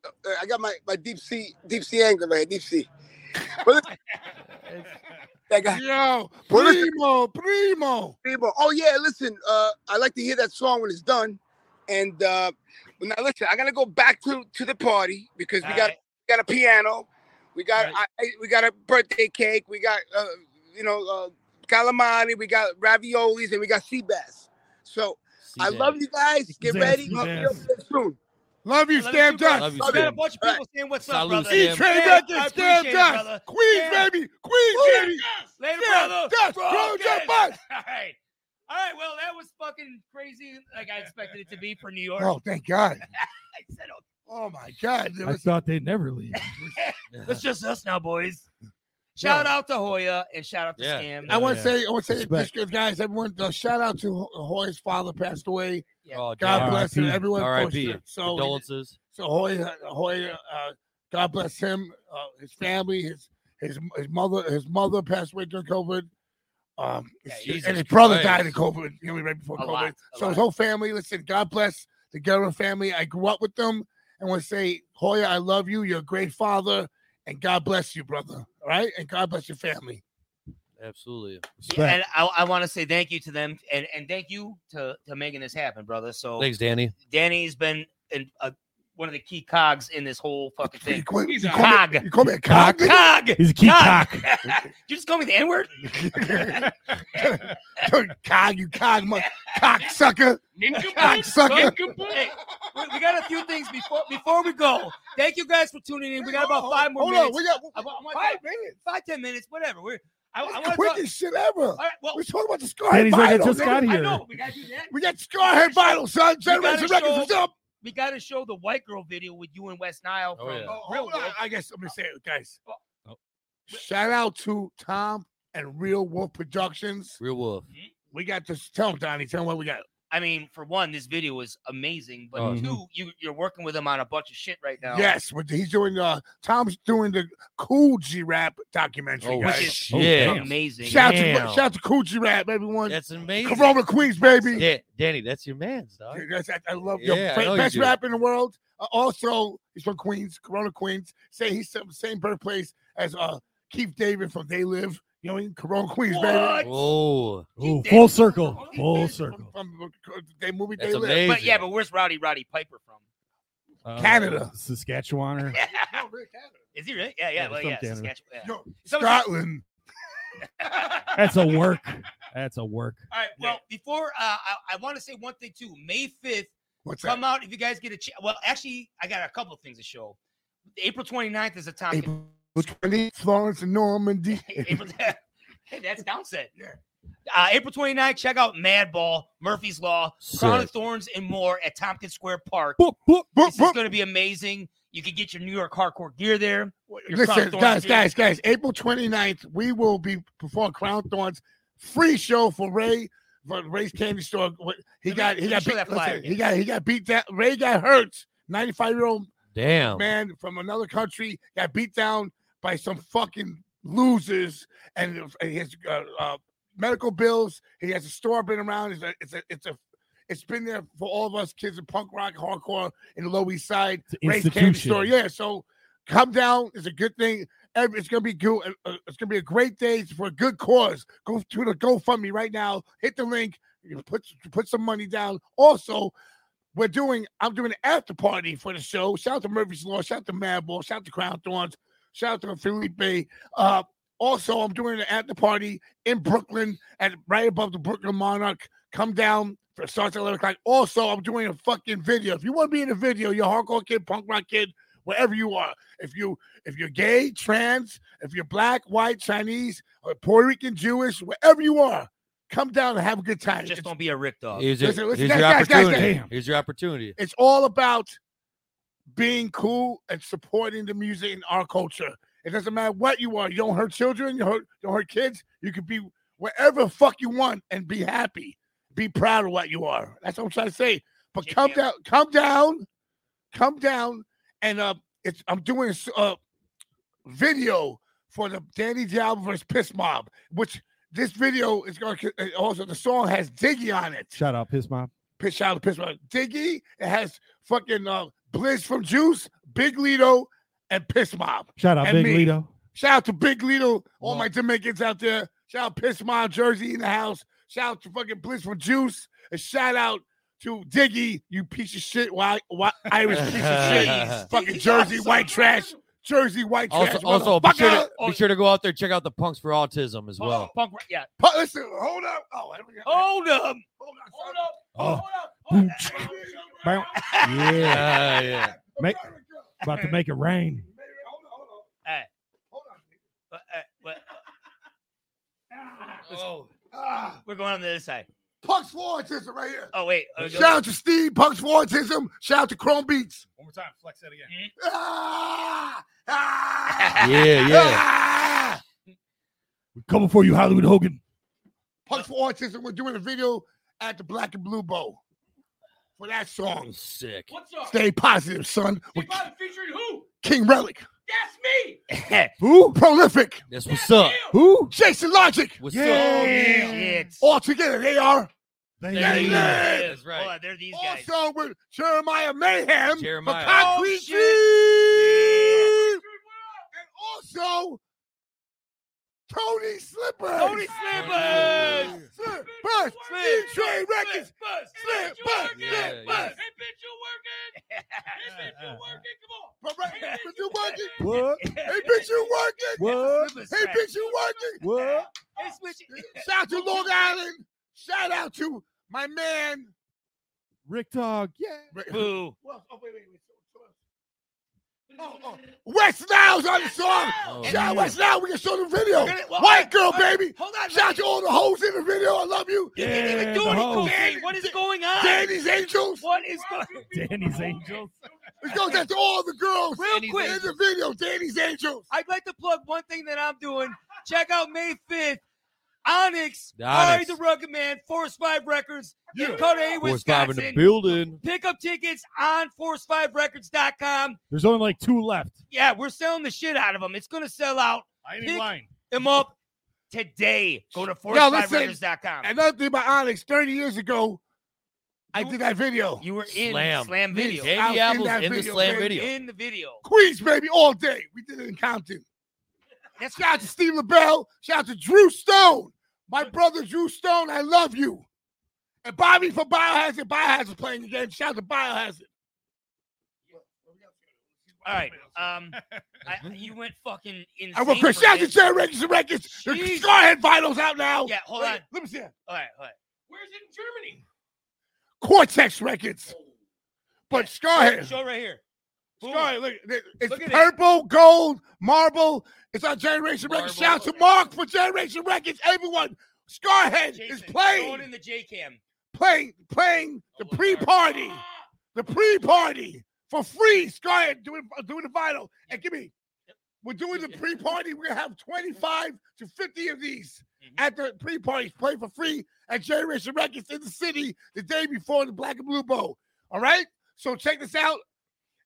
S16: uh, I got my, my deep sea deep sea angler right here, deep sea. But listen, that guy.
S7: Yo,
S16: Well, listen-
S7: primo, primo.
S16: Bieber. Oh yeah, listen. Uh, I like to hear that song when it's done. And uh, now listen, I gotta go back to to the party because we
S5: All
S16: got
S5: right.
S16: we got a piano, we got I, I- we got a birthday cake, we got uh, you know uh,
S14: calamari, we got raviolis, and we got sea bass. So I love you guys. Get
S7: Sea
S14: ready.
S7: bass,
S14: Love
S7: sea
S14: you soon.
S7: Love you, Stan Dust.
S14: Love you.
S5: got a bunch of people saying what's up,
S7: Salute,
S5: brother.
S7: Stan. E-Train Records,
S5: I
S7: Stan
S5: appreciate it,
S7: Dust.
S5: brother.
S7: Queens,
S5: Stan.
S7: baby. Queens,
S5: Woo.
S7: baby.
S5: Later,
S7: Stan
S5: brother.
S7: Dust,
S5: Bro,
S7: close your
S5: okay.
S7: butt.
S5: All right. All right. Well, that was fucking crazy, like I expected it to be for New York.
S7: Oh, thank God.
S5: I said, oh,
S7: Oh my God. there
S11: I
S7: was-
S11: thought they'd never leave.
S5: It's just us now, boys. Shout out to Hoya and shout out to
S11: Yeah.
S5: Scam.
S7: I want to say, I want to say,
S11: Respect.
S7: this, good, guys, everyone, uh, shout out to Ho- Hoy's father passed away.
S8: Oh,
S7: God
S8: damn.
S7: bless him.
S8: R.I.P.
S7: Everyone,
S8: R.I.P.
S7: posted- So,
S8: Condolences.
S7: So Hoy, Hoy, uh, God bless him, uh, his family, his his his mother, his mother passed away during COVID. Um,
S6: Jesus
S7: and his brother
S6: Christ.
S7: died of COVID, you know, right before
S6: A
S7: COVID.
S6: lot, a
S7: so his
S6: lot.
S7: whole family, listen, God bless the Guerrero family. I grew up with them and want to say, Hoya, I love you. You're a great father, and God bless you, brother. All right, and God bless your family.
S8: Absolutely.
S5: Yeah, and I, I want to say thank you to them and, and thank you to, to making this happen, brother. So
S8: Thanks, Danny.
S5: Danny's been in a, one of the key cogs in this whole fucking thing. He's a
S7: you call me-
S5: cog.
S7: you call me a cog, nigga?
S5: Cog.
S7: He's a key
S5: Cog. you just call me the N word.
S7: cog, you cog, mo- cocksucker. Cocksucker.
S5: Hey, we, we got a few things before before we go. Thank you guys for tuning in. We got about five more
S7: hold on,
S5: minutes.
S7: we got-
S5: I want- I want- five
S7: minutes,
S5: five ten minutes, whatever. We're I, I want to talk.
S7: Quickest shit ever.
S5: All right, well,
S7: We're talking about the Scar
S11: Danny's like, I
S7: Vital,
S11: just
S7: nigga.
S11: got here.
S7: I know.
S5: we gotta do that.
S7: We got Scarhead Vital, son.
S5: We gotta
S7: Generation Records
S5: show-
S7: is up.
S5: We got to show the white girl video with you and West Nile
S7: Oh,
S5: from
S7: yeah. Oh,
S5: Real Oh.
S7: hold on.
S5: Wolf.
S7: I guess I'm gonna say it, guys. Shout out to Tom and Real Wolf Productions.
S8: Real Wolf.
S5: Mm-hmm.
S7: We got this. Tell him, Donnie. Tell him what we got.
S5: I mean, for one, this video is amazing, but
S7: Oh, yeah.
S5: two, you you're working with him on a bunch of shit right now.
S7: Yes, with- he's doing. uh Tom's doing the Cool G Rap documentary.
S5: Oh,
S7: guys.
S5: which is Oh, shit. damn. amazing.
S7: Shout out to
S8: Damn.
S7: shout out to Cool G Rap, everyone.
S8: That's amazing.
S7: Corona Queens, baby.
S8: Da- Danny, that's your man's dog.
S7: That's, I, I love
S8: Yeah,
S7: your
S8: I
S7: fa-
S8: know you
S7: best
S8: do.
S7: rap in the world. Uh, also, he's from Queens, Corona Queens. Say he's from the same birthplace as uh Keith David from They Live. You know, what I mean? Corona Queens, baby.
S8: Oh,
S11: Ooh, full circle, full circle.
S7: From they movie
S11: That's
S7: They Live.
S5: But yeah, but where's Rowdy Roddy Piper from?
S7: Canada.
S11: Saskatchewan, or
S5: Is he right? Yeah, yeah,
S11: Yeah,
S5: well,
S11: from
S5: yeah,
S11: Canada.
S5: Saskatchewan. yeah.
S7: Yo,
S5: So-
S7: Scotland.
S11: that's a work. That's a work.
S5: All right. Well, before uh, I, I want to say one thing too. May fifth,
S7: What's
S5: come out if you guys get a chance. Well, actually, I got a couple of things to show. April 29th is a time.
S7: April 20, Florence and Normandy.
S5: April, hey, that's downset. Uh, April 29th, check out Madball, Murphy's Law, Crown of
S7: Sick.
S5: Thorns, and more at Tompkins Square Park. this is going to be amazing. You can get your New York hardcore gear there. your Crown of
S7: Listen,
S5: Thorns
S7: guys,
S5: gear.
S7: guys, guys, April 29th, we will be performing Crown Thorns free show for Ray for Ray's candy store. What- He got he
S5: let me
S7: got
S5: show
S7: beat,
S5: that flyer
S7: listen, he got he got beat down. Ray got hurt. 95 year old
S5: Oh.
S8: Damn.
S7: man from another country got beat down by some fucking losers and his uh, uh, medical bills. He has a store been around. It's a, it's a, it's a, it's been there for all of us kids in punk rock, hardcore, in the Lower East Side,
S11: an
S7: Ray's Candy
S11: institution.
S7: Store. Yeah, so come down. It's a good thing. Ev- It's gonna be good. uh, It's gonna be a great day It's for a good cause. Go to the GoFundMe right now. Hit the link. You put put some money down. Also, we're doing I'm doing an after party for the show. Shout out to Murphy's Law, shout out to Madball, shout out to Crown Thorns, shout out to Felipe. Uh also I'm doing an after party in Brooklyn at right above the Brooklyn Monarch. Come down for it starts at eleven o'clock. Also, I'm doing a fucking video. If you want to be in a video, you're a hardcore kid, punk rock kid, wherever you are. If you if you're gay, trans, if you're black, white, Chinese, or Puerto Rican, Jewish, wherever you are, come down and have a good time.
S5: Just don't be a rick dog.
S8: Here's your,
S7: Listen, listen,
S8: here's your
S7: guys, guys, guys,
S8: opportunity.
S7: damn.
S8: Here's your opportunity.
S7: It's all about being cool and supporting the music in our culture. It doesn't matter what you are. You don't hurt children. You hurt, don't hurt kids. You can be wherever the fuck you want and be happy. Be proud of what you are. That's what I'm trying to say. But come down, come down, come down, and uh, it's I'm doing s- uh video for the Danny Diablo versus Piss Mob, which this video is going to also the song has Diggy on it
S11: Shout out, piss mom.
S7: piss shout out to piss Mob. Diggy. It has fucking uh, Blizz from Juice, Big Lito, and Piss Mob.
S11: Shout out,
S7: and
S11: Big
S7: me.
S11: Lito.
S7: Shout out to Big Lito, all my Dominicans out there. Shout out Piss Mob Jersey in the house. Shout out to fucking Blizz from Juice. And shout out to Diggy, you piece of shit, white, white Irish piece of shit,
S6: Jeez,
S7: fucking
S6: Diggy,
S7: Jersey
S6: awesome.
S7: white trash. Jersey white trash.
S8: Also, also be
S7: motherfucker.
S8: sure to be sure to go out there and check out the Punks for Autism as
S5: Hold
S8: well.
S5: up, punk, rock- yeah.
S7: Pu- Listen, hold up. Oh, here we go.
S5: Hold up.
S11: Oh. Bow. yeah.
S8: Uh, yeah.
S11: Make, about to make it rain.
S5: Hey. Hold on. Uh, What, oh. We're going on the other side.
S7: Punk's for autism right here.
S5: Oh wait. Oh,
S7: Shout out to Steve Punk's for autism. Shout out to Chrome Beats. Ah!
S6: One more time, flex that again.
S5: Mm-hmm.
S11: Yeah, yeah. We coming for you, Hollywood Hogan.
S7: Punks for autism. We're doing a video at the Black and Blue Bowl for that song.
S8: Sick.
S6: What's up?
S7: Stay positive, son. With
S6: Featuring who?
S7: King Relic.
S6: That's me.
S7: Who? Prolific.
S8: That's what's up.
S7: Who? Jason Logic.
S8: What's
S5: up? Yeah.
S7: All together, they are.
S11: They
S5: There you go.
S7: live.
S5: That's right. Hold on, there are these guys. Oh,
S7: Also with Jeremiah Mayhem.
S8: Jeremiah.
S7: For Concrete Dream. And also Tony Slippers.
S5: Tony Slippers.
S7: Slippers. E-Train Records. Slippers.
S8: Yeah, yeah.
S7: Slippers. But right, but you working?
S11: What?
S7: Hey, bitch, you working?
S11: What?
S7: Hey, bitch, you working?
S11: What?
S7: Shout out to Long Island. Shout out to my man.
S11: Rick Dog. Yeah.
S5: Boo.
S7: Well, oh, wait, wait, wait. Oh, oh. West Niles on the song.
S11: Oh,
S7: Shout
S11: yeah.
S7: out West Nile. We can show the video.
S5: We're gonna- well,
S7: White
S5: alright,
S7: girl,
S5: alright,
S7: baby.
S5: hold on,
S7: Shout out to all the hoes in the video. I love you.
S5: You didn't even
S11: Yeah,
S5: do
S11: the
S5: any
S11: whole-
S5: cocaine. What is going on?
S7: Danny's Angels.
S5: What is going
S11: Danny's Angels.
S7: It goes out to all the girls
S5: Real
S7: in
S5: quick.
S7: the video. Danny's Angels.
S5: I'd like to plug one thing that I'm doing. Check out May 5th. Onyx,
S8: The
S5: Ari
S8: Onyx.
S5: the Rugged Man, Force 5 Records, Dakota A,
S8: Force five in the
S5: Wisconsin.
S11: building.
S5: Pick up tickets on force5records.com.
S11: There's only like two left.
S5: Yeah, we're selling the shit out of them. It's going to sell out.
S6: I ain't
S5: Pick
S6: lying.
S5: them up today. Go to
S7: Yo, listen.
S5: force5records.com.
S7: Another thing about Onyx, 30 years ago, I did that video.
S5: You were in
S8: Slam.
S5: Slam, Video.
S8: Danny
S7: I'll send
S8: Apple's
S7: that
S8: in the
S7: video,
S8: Slam
S7: baby.
S8: video.
S5: In the video.
S7: Queens, baby, all day. We did it in Compton.
S5: That's
S7: Shout out to Steve LaBelle. Shout out to Drew Stone. My brother, Drew Stone, I love you. And Bobby for Biohazard. Biohazard playing the game. Shout out to Biohazard.
S5: All right. Um, I, you went fucking insane.
S7: I want Chris.
S5: for
S7: Shout out to
S5: this.
S7: Jen Records and Records. The
S5: Jeez.
S7: Scarhead Vitals out now.
S5: Yeah, hold
S7: Wait,
S5: on.
S7: Let me see that.
S5: All right, all right.
S6: Where's it in Germany?
S7: Cortex Records. But Scarhead.
S5: Show right here. Boom.
S7: Scarhead, look. it- It's
S5: Look at it.
S7: purple, gold, marble. It's on Generation Records.
S8: Marble.
S7: Shout out to Mark for Generation Records. Everyone. Scarhead is
S5: Jason,
S7: playing.
S5: Going in the J cam.
S7: playing playing the pre-party, the pre-party for free. Scarlett, do it, uh, do it the vinyl, and give me. We're doing the pre-party. We're gonna have twenty-five to fifty of these at the pre-parties. Play for free at Generation Records in the city the day before the Black and Blue Bowl. All right, so check this out.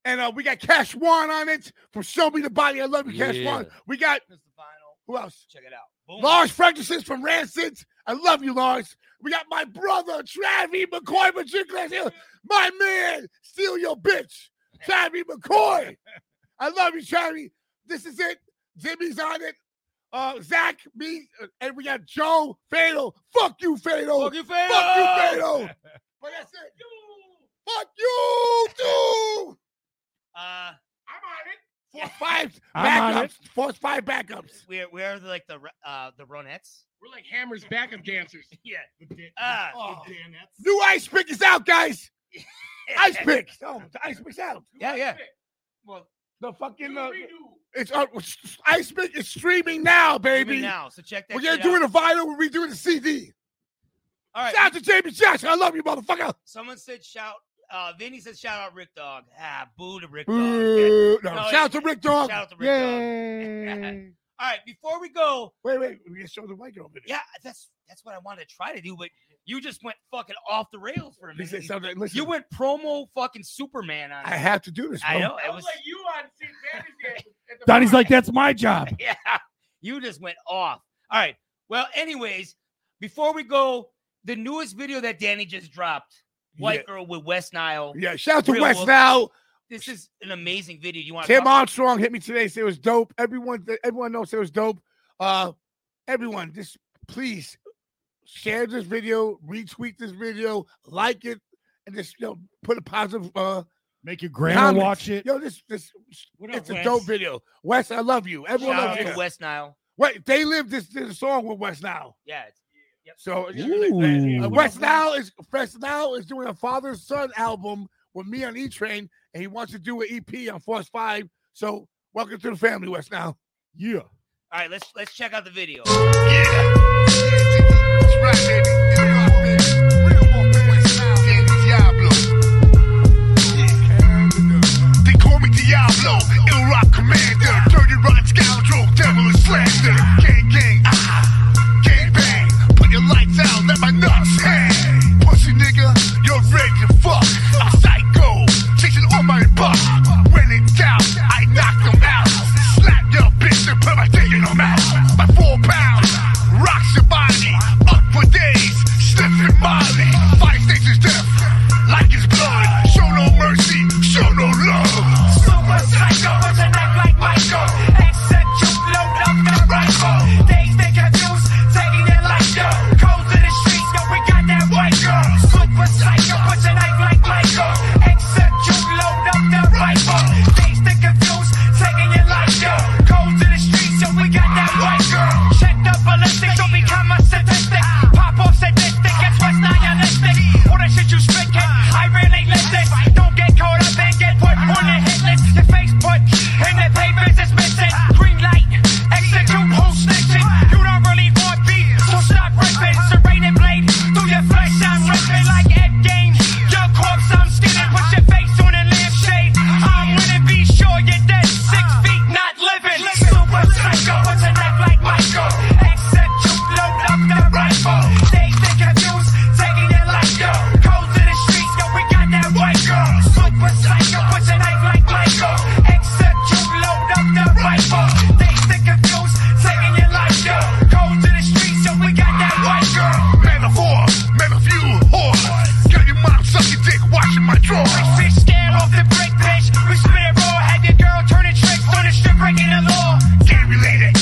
S7: And uh, we got Cash One on it from Show Me the Body. I love you, Cash
S8: Yeah.
S7: One. We got
S5: Here's the final.
S7: who else?
S5: Check it out.
S6: Oh,
S5: Boom.
S7: Lars Ferguson from Rancid. I love you, Lars. We got my brother, Travi McCoy, but you guys here. My man, steal your bitch, Travi McCoy. I love you, Travi. This is it. Jimmy's on it. Uh, Zach, me, uh, and we got Joe Fatal. Fuck you, Fatal.
S5: Fuck you, Fado.
S7: Fuck you, Fatal. but that's it. Fuck you, too.
S5: Uh,
S7: Four five
S11: I'm on it.
S7: backups. Force five backups.
S5: we're we're the, like the Ru- uh the Ronettes.
S6: We're like Hammer's backup dancers. Uh,
S5: Yeah.
S6: The da-
S5: Ah.
S6: the Danettes.
S7: New ice pick is out, guys. Ice pick. Oh, the ice pick's out.
S5: Yeah, yeah.
S6: Well,
S7: The fucking
S6: you
S7: uh,
S6: redo.
S7: it's uh, Ice Pick is streaming now, baby.
S5: Even now. So check that.
S7: We're gonna
S5: shit
S7: do
S5: out.
S7: it a vinyl. We're redoing the CD.
S5: All right.
S7: Shout out to Jamie Jackson. I love you, motherfucker.
S5: Someone said shout. Uh, Vinny said shout out Rick Dog. Ah, boo to Rick Dog.
S7: Boo. No,
S5: No,
S7: shout out to Rick Dog.
S5: Shout out to Rick Dog.
S11: Yay.
S5: All right, before we go,
S7: Wait, wait. We can show the white girl video.
S5: yeah, that's that's what I wanted to try to do, but you just went fucking off the rails for a
S7: He said
S5: minute.
S7: something. Listen,
S5: You went promo fucking Superman on.
S7: I
S5: it.
S7: have to do this.
S5: I
S7: bro.
S5: know.
S6: I
S5: It
S6: was
S5: was
S6: like you on St. Patty's Day. at the
S11: Donnie's
S6: bar.
S11: like, that's my job.
S5: yeah, you just went off. All right. Well, anyways, before we go, the newest video that Danny just dropped, White
S7: Yeah.
S5: Girl with West Nile.
S7: Yeah, shout out to
S5: Real
S7: West
S5: Wolf.
S7: now.
S5: This is an amazing video. You want
S7: Tim Armstrong hit me today. Said it was dope. Everyone, everyone knows it was dope. Uh, everyone, just please share this video, retweet this video, like it, and just you know, put a positive uh
S11: Make your grandma
S7: Comments.
S11: watch it.
S7: Yo, this this
S9: up,
S7: it's a
S9: Wes?
S7: dope video. Wes, I love you. Everyone
S5: Shout
S7: loves
S5: out
S7: you.
S5: to West Nile.
S7: Wait, they live this, this song with West Nile.
S5: Yeah. It's,
S7: So
S11: Ooh.
S7: uh, West Nile is West Nile is doing a father son album with me on E Train, and he wants to do an EP on Force Five. So welcome to the family, West Nile.
S11: Yeah.
S5: All right, let's let's check out the video.
S16: They call me Diablo, ill rock commander, dirty rotten scoundrel, devil and slander. Gang, gang, ah, gang bang. Put your lights out, let my nuts hang. Pussy nigga, you're ready to fuck. I'm psycho, chasing all my buck. When in doubt, I knock them out. Slap your bitch and put my dick in her mouth. My four pounds, rocks your body. Up for days, sniffing Molly. Five states is death, like it's blood. Show no mercy, show no love. Super psycho, with an act like Michael. Except you load up the rifle. Days they confuse, taking it like yo. Cold to the streets, yo, we got that white girl. Super psycho, with an act like Michael. Except you load up the rifle. Days they confuse, taking it like yo. Cold to the streets, yo, we got that white girl. Check the ballistics, don't become a statistic. Pop off sadistic, it's what's nihilistic. All that shit you spit, kid, I really live this. Don't get caught up and get put on the hit list. Your face put in the papers is missing. Green light, execute whole snitching. You don't really want beef, so stop ripping. Serrated blade through your flesh, I'm ripping like Ed Gain. Your corpse, I'm skinning. Put your face on a lampshade. I'm winning, be sure you're dead. Six feet, not living. Super psycho, with an act like Michael. Except you load up the rifle. They think I'm used, taking it like yo. Cold to the streets, yo, we got that white girl. Super psycho, with an act like Michael. Except you load up the rifle. They think I'm used, taking it like yo. Cold to the streets, yo, we got that white girl. Man of war, man of you, whore. Got your mom sucking dick, watching my drawers. Bitch, scare off the brick, bitch. We spit it raw, have your girl turning tricks on the strip, breaking the law. Gang related,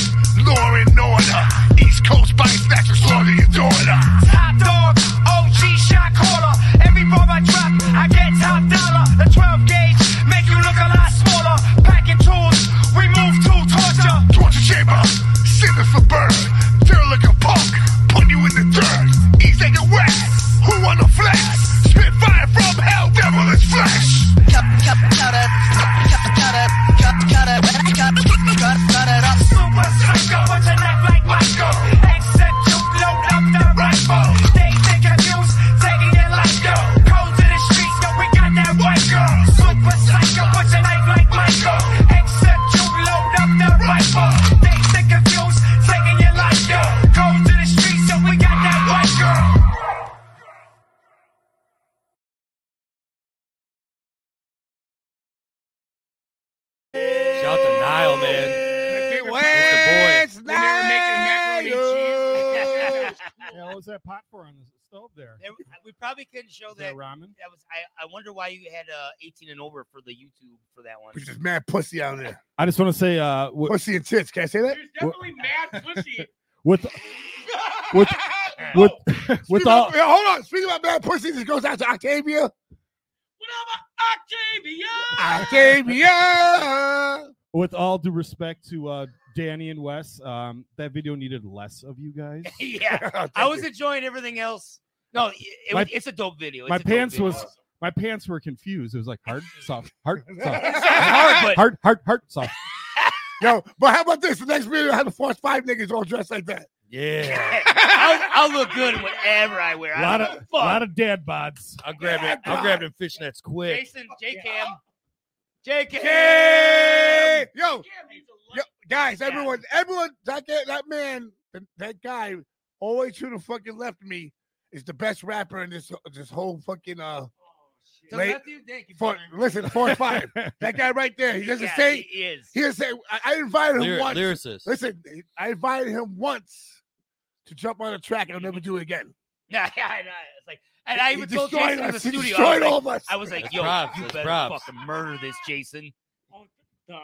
S16: law and order. East Coast body snatcher, slaughter your daughter. Top dog, OG shot caller. Every bar I drop, I get top dollar. The 12 gauge, make you look a lot smaller. Packing tools, we move to torture. Torture chamber, sinner for birth. They're like a punk, put you in the dirt. East ain't the west, who wanna flex? Spit fire from hell, devil is flesh. Cut, cut, cut it, cut, cut it, cut, cut it, cut, cut, cut it up. Super psycho, what's an act like Michael? Except you load up the rifle. They think I'm used, taking it like yo. Cold to the streets, yo, we got that white girl. Super psycho, what's an act like Michael? Except you load up the rifle. They think I'm used, taking it like yo. Cold to the streets, yo, we got that white girl.
S5: Shout out to Nile, man. It's the boy.
S11: yeah, what was that pot for on the stove there?
S5: There- we probably couldn't show that.
S11: that ramen?
S5: That was. I, I wonder why you had uh, 18 and over for the YouTube for that one.
S7: Which is mad pussy out there.
S11: I just want to say, uh, w-
S7: Pussy and tits. Can I say that?
S6: Definitely mad pussy.
S11: with with with with
S7: Speaking
S11: all
S7: of- yeah, hold on. Speaking about bad pussy, this goes out to Octavia. Octavia.
S11: with all due respect to uh, Danny and Wes, um, that video needed less of you guys.
S5: yeah, I was enjoying everything else. No, it, it
S11: My-
S5: was, it's a dope video. It's
S11: my
S5: a dope
S11: pants
S5: video.
S11: was my pants were confused. It was like hard, soft, hard, soft,
S5: hard, but-
S11: hard, hard, hard, soft.
S7: Yo, but how about this? The next video, I had to force five niggas all dressed like that.
S8: Yeah.
S5: I'll, I'll look good whenever I wear.
S11: A
S5: I
S11: lot
S5: don't
S11: of
S5: give
S11: a lot
S5: fuck.
S11: of dad bods.
S8: I'll grab it. I'll grab them fishnets quick.
S5: Jason, J Cam, J
S7: Hey,
S5: Cam.
S7: yo, yo, guys, everyone, everyone, that guy- that man, that- that guy, always who the fucking left me is the best rapper in this this whole fucking uh.
S5: To
S7: late-
S5: Matthew, thank you,
S7: for,
S5: brother.
S7: listen, four five. That guy right there. He doesn't
S5: Yeah,
S7: say
S5: he is.
S7: He doesn't say. I, I invited
S8: Lyri-
S7: him once.
S8: lyricist.
S7: Listen, I invited him once to jump on a track, and I'll never do it again.
S5: Nah, yeah, I know. It's like, and I
S7: He
S5: even told
S7: destroyed
S5: Jason in the
S7: us. He
S5: studio. I
S7: destroyed
S5: was, like,
S7: all of us.
S5: I was like,
S8: That's
S5: yo,
S8: props.
S5: you
S8: That's
S5: better
S8: props.
S5: fucking murder this, Jason.
S9: the uh,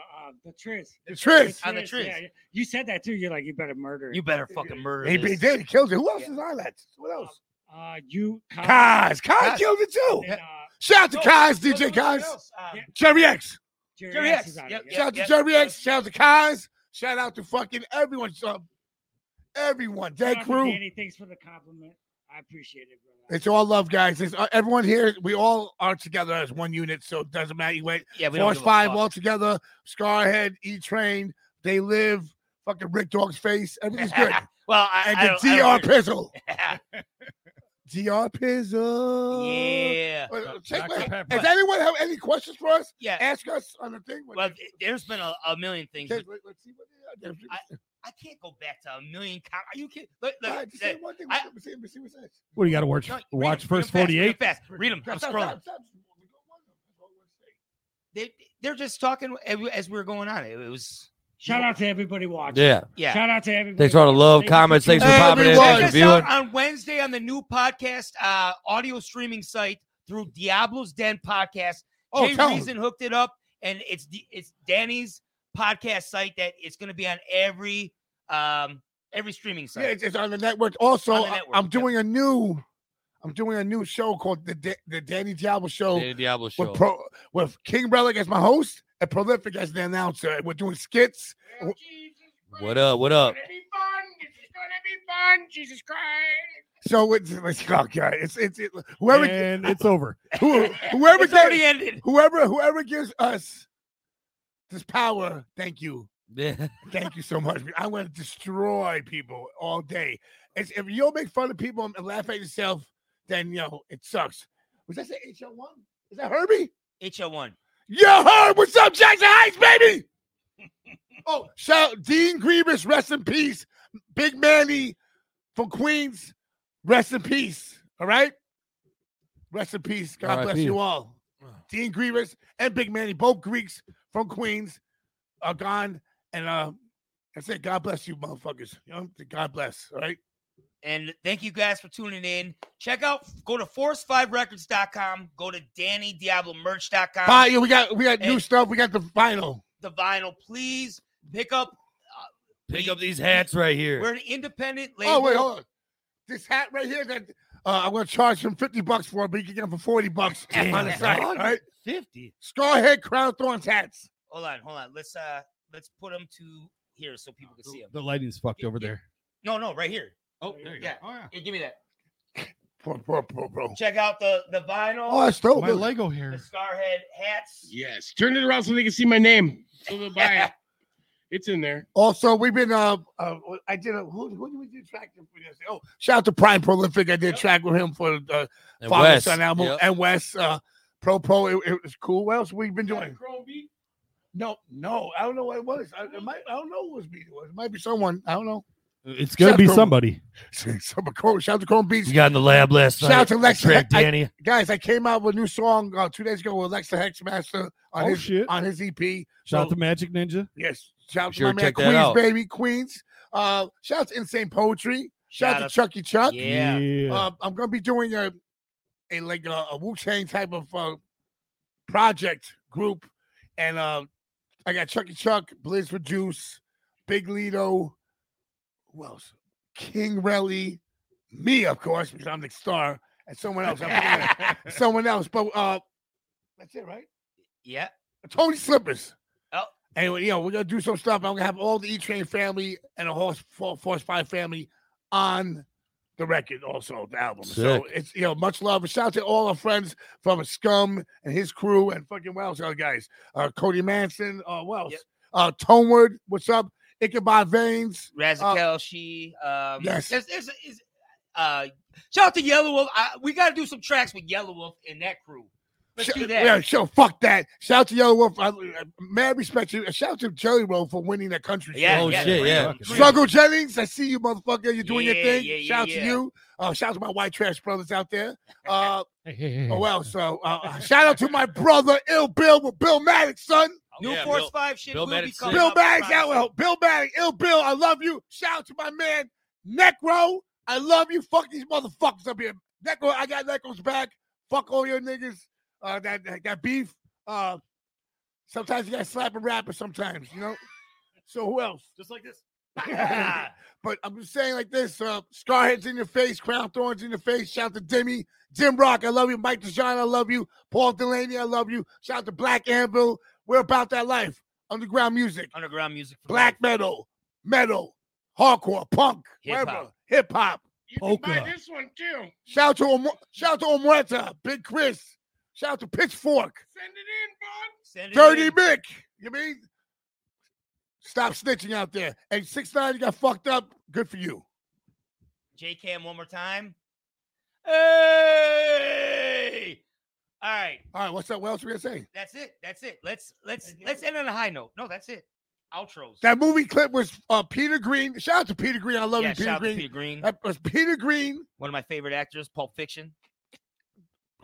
S9: the Triz.
S7: The Triz.
S5: On Ah, the Triz.
S9: yeah, yeah. You said that too. You're like, you better murder.
S5: You better fucking murder
S7: He,
S5: this.
S7: he did. He killed it. Who else is on that? What else?
S5: Um,
S9: Uh, you.
S7: Cos. Cos killed it too.
S9: And, uh,
S7: Shout out to Kaz, DJ Kaz.
S5: Um,
S7: Jerry X.
S5: Jerry X. X. Yep,
S7: Shout out to
S5: yep,
S7: Jerry X. Shout out to Kaz. Shout out to fucking everyone. uh, Everyone. Dead crew.
S9: Danny, thanks for the compliment. I appreciate it, brother.
S7: It's all love, guys. It's, uh, everyone here, we all are together as one unit, so it doesn't matter. You went
S5: Yeah, we don't
S7: Force
S5: give a
S7: Five
S5: fuck.
S7: all together, Scarhead, E Train, They Live, fucking Rick Dog's Face. Everything's good.
S5: Well, I,
S7: and
S5: I
S7: the
S5: don't- I
S7: DR
S5: don't agree.
S7: Pizzle. DR Pizzle.
S5: Yeah.
S7: Uh, check
S5: Dr.
S7: my-
S5: Pepper.
S7: Does anyone have any questions for us?
S5: Yeah.
S7: Ask us on the thing.
S5: Well, th- there's been a, a million things.
S7: Okay,
S5: but-
S7: let's see what
S5: I, I can't go back to a million. Com- Are you kidding? Look, look,
S7: All right, just
S5: that-
S7: say one thing.
S5: I-
S7: Let's see, let's see what's next.
S21: What do you got to watch?
S5: No, read 'em,
S21: watch
S5: read 'em
S21: first
S5: fast, read 'em
S21: forty eight.
S5: Fast, read them. I'm
S7: Stop, stop,
S5: scrolling.
S7: stop,
S5: They they're just talking as we- as we were going on. It, it was
S9: Shout out to everybody watching.
S8: Yeah.
S5: Yeah.
S9: Shout out to everybody.
S8: Thanks for all the love, comments. Thanks for popping in.
S5: Check
S8: Thanks for
S5: us out
S8: viewing.
S5: on Wednesday on the new podcast uh, audio streaming site through Diablo's Den podcast.
S7: Oh,
S5: Jay
S7: tell 'em.
S5: Reason hooked it up, and it's D- it's Danny's podcast site that it's going to be on every um every streaming site.
S7: Yeah, it's, it's on the network. Also,
S5: On the
S7: I-
S5: network,
S7: I'm doing a new, I'm doing a new show called the Da- the Danny Diablo Show.
S8: Danny Diablo Show.
S7: With, Pro, with King Relic as my host and Prolific as the announcer. And We're doing skits.
S8: What up? What up?
S6: Be fun. This is gonna be fun. Jesus Christ.
S7: So it's let's go, guys. It's it's it, whoever
S21: and it's over.
S7: who, whoever
S5: It's already
S7: gives-
S5: ended.
S7: Whoever whoever gives us this power, thank you.
S8: Yeah.
S7: Thank you so much. I'm going to destroy people all day. It's, if you don't make fun of people and laugh at yourself, then you know it sucks. Was that say HL1? Is that Herbie?
S5: HL1.
S7: Yo, Herb, what's up, Jackson Heights, baby? oh, shout Dean Grievous, rest in peace. Big Manny from Queens, rest in peace. All right, rest in peace. God bless
S8: RIP.
S7: you all. Dean Grievous and Big Manny, both Greeks from Queens, are gone. And uh, I said, God bless you, motherfuckers. You know, God bless. All right.
S5: And thank you guys for tuning in. Check out, go to force5records.com, go to DannyDiablomerch.com.
S7: Bye. Yeah, we got we got new
S5: And
S7: stuff. We got the vinyl.
S5: the vinyl. Please pick up.
S8: Pick up these hats right here.
S5: We're an independent label.
S7: Oh wait, hold on. This hat right here that uh, I'm gonna charge him fifty bucks for, it, but you can get them for forty bucks on the
S5: Damn,
S7: site. All
S5: dog.
S7: right,
S8: fifty.
S7: Scarhead Crown Thorns hats.
S5: Hold on, hold on. Let's uh, let's put them to here so people can
S11: Oh,
S5: see them.
S21: The lighting's fucked over there.
S5: No, no, right here.
S21: Oh, there you
S5: yeah. go. give me that.
S7: Bro, bro, bro, bro.
S5: Check out the the vinyl.
S7: Oh, that's dope.
S21: My
S7: Look.
S21: Lego
S5: The
S21: hair.
S5: Scarhead hats.
S6: Yes. Turn it around so they can see my name. So they'll buy it. It's in there.
S7: Also, we've been uh, uh I did a who, who did we do track with this? Oh, shout out to Prime Prolific. I did a track with him for the uh,
S8: And
S7: Father
S8: Wes,
S7: Son album
S8: yep.
S7: and Wes uh Pro Pro. It, it was cool. What else we've been doing?
S6: Chrome beat.
S7: No, no, I don't know what it was. I, it might, I don't know what was beat it was. It might be someone. I don't know.
S21: It's gonna be somebody.
S7: Some Chrome- shout out to Chrome Beats.
S8: You got in the lab last night.
S7: Shout out to Lex
S8: Track
S7: I-
S8: Danny.
S7: guys, I came out with a new song uh, two days ago with Lex the Hexmaster on
S21: Oh,
S7: his
S21: shit.
S7: on his EP.
S21: Shout out
S7: So,
S21: to Magic Ninja.
S7: yes, shout out
S8: Sure,
S7: to my man
S8: check that
S7: Queens,
S8: out.
S7: baby Queens. Uh, shout out to Insane Poetry. Shout,
S5: Shout
S7: out
S5: out-
S7: to Chucky Chuck.
S5: Yeah.
S8: Oh.
S7: Uh, I'm gonna be doing a a like a, a Wu Tang type of uh, project group, and uh, I got Chucky Chuck, Blizz for Juice, Big Lito, who else? King Relly, me of course because I'm the star, and someone else, I'm forgetting someone else. But uh, that's it, right?
S5: Yeah.
S7: Tony Slippers.
S5: Oh.
S7: Anyway, you know, we're gonna do some stuff. I'm gonna have all the E Train family and the Horse Fo- Force Five family on the record, also the album.
S8: Sick.
S7: So it's you know, much love. And Shout out to all our friends from Scum and his crew and fucking what else, other guys? Uh, Cody Manson, uh, what else? Uh, Toneward, what's up? Ichabod Veins.
S5: Razakel, she. Um,
S7: Uh, yes.
S5: There's, there's, is, uh, shout out to Yellow Wolf. I, we got to do some tracks with Yellow Wolf and that crew. Let's
S7: Sh-
S5: do that.
S7: Yeah, so fuck that. Shout out to Yellow Wolf. I, I- mad respect to you. Shout out to Jelly Roll for winning that country.
S5: Yeah,
S7: show.
S8: Oh, yeah, shit, yeah. yeah.
S7: Struggle Jennings, I see you, motherfucker. You're doing
S5: Yeah,
S7: your thing.
S5: yeah, yeah,
S7: shout out
S5: yeah.
S7: to you. Uh, shout out to my white trash brothers out there. Uh,
S21: Hey, hey, hey, hey.
S7: oh well, so uh, shout out to my brother Ill Bill with Bill Maddox, son.
S5: New
S8: Yeah,
S5: Force
S8: Bill-
S5: 5 shit
S8: Bill
S5: will be
S8: Maddox
S5: coming
S7: Bill
S5: up,
S7: Maddox
S5: promise.
S7: out with Bill Maddox, Ill Bill. I love you. Shout out to my man Necro. I love you. Fuck these motherfuckers up here. Necro, I got Necro's back. Fuck all your niggas. Uh, that that got beef. Uh, sometimes you got to slap a rapper. Sometimes you know. So who else?
S5: Just like this.
S7: but I'm just saying like this: uh, Scarhead's in your face, Crown Thorns in your face. Shout to Demi, Jim Rock, I love you. Mike DeJohn, I love you. Paul Delaney, I love you. Shout to Black Anvil. We're about that life. Underground music,
S5: Underground music. for
S7: black metal, metal, hardcore, punk,
S5: Hip-hop.
S7: whatever, hip hop, polka.
S6: This one too.
S7: Shout to Om- shout to Omuerta, Big Chris. Shout to Pitchfork,
S5: Send it
S7: Dirty
S5: in.
S7: Mick. You mean? Stop snitching out there. And six nine, you got fucked up. Good for you.
S5: J Cam one more time. Hey! All right.
S7: All right. What's up? What else we gonna say?
S5: That's it. That's it. Let's let's let's end on a high note. No, that's it. Outros.
S7: That movie clip was uh, Peter Green. Shout out to Peter Green. I love
S5: Yeah,
S7: you, Peter
S5: shout out to
S7: Green.
S5: Peter Green.
S7: That was Peter Green,
S5: One of my favorite actors, Pulp Fiction.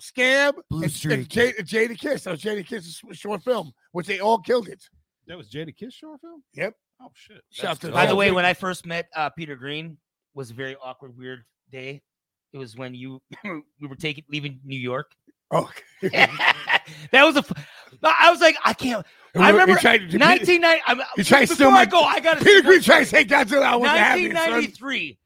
S7: Scab,
S8: Blue
S7: and, and
S8: Streak.
S7: Jada, Jada Kiss. That was Jada Kiss's sh- short film, which they all killed it.
S11: That was Jada Kiss short film.
S7: Yep.
S11: Oh shit.
S7: Shout out to
S5: By the way, when I first met uh, Peter Green, was a very awkward, weird day. It was when you we were taking leaving New York.
S7: Oh,
S5: that was a. f- I was like, I can't. I
S7: You
S5: remember
S7: tried to- you-
S5: 1990. I'm,
S7: you try to
S5: before
S7: steal
S5: I
S7: my
S5: go, I got
S7: Peter Green tried to say Godzilla. I wasn't happy. son.
S5: 1993.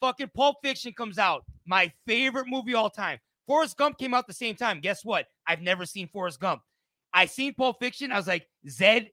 S5: Fucking Pulp Fiction comes out. My favorite movie all time. Forrest Gump came out the same time. Guess what? I've never seen Forrest Gump. I seen Pulp Fiction. I was like, Zed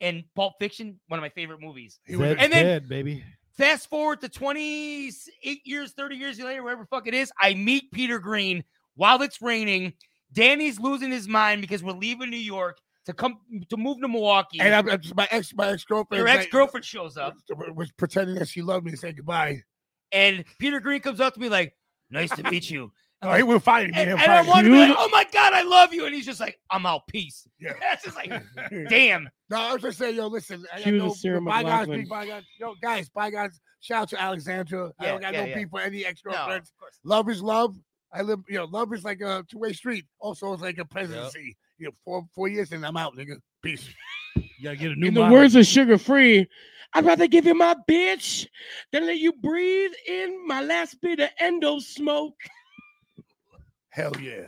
S5: and Pulp Fiction, one of my favorite movies.
S11: Zed's
S5: and then
S11: dead, baby.
S5: fast forward to 28 years, 30 years later, whatever the fuck it is, I meet Peter Green while it's raining. Danny's losing his mind because we're leaving New York to come to move to Milwaukee.
S7: And I'm, I'm just- my ex, my ex girlfriend,
S5: your ex girlfriend shows up,
S7: was pretending that she loved me and said goodbye.
S5: and Peter Green comes up to me like, "Nice to meet you."
S7: Oh, he will fight me.
S5: And,
S7: he'll
S5: and I
S7: fight
S5: want to
S7: you.
S5: be like, "Oh my god, I love you," and he's just like, "I'm out, peace."
S7: Yeah.
S5: That's just like, damn.
S7: No, I was just saying, yo, listen. I got
S5: She was a
S7: no,
S5: Sarah
S7: bygones
S5: McLachlan.
S7: be bygones. Yo, guys, bygones. Shout out to Alexandra. I
S5: Yeah,
S7: don't got
S5: yeah,
S7: no
S5: yeah.
S7: beef for any ex
S5: No, of
S7: girlfriends. love is love. I live, you know, love is like a two way street. Also, it's like a presidency. You know, four four years and I'm out, nigga. Peace.
S11: You gotta get a
S7: new
S6: In the words of Sugar Free, I'd rather give you my bitch than let you breathe in my last bit of endo smoke.
S7: Hell yeah.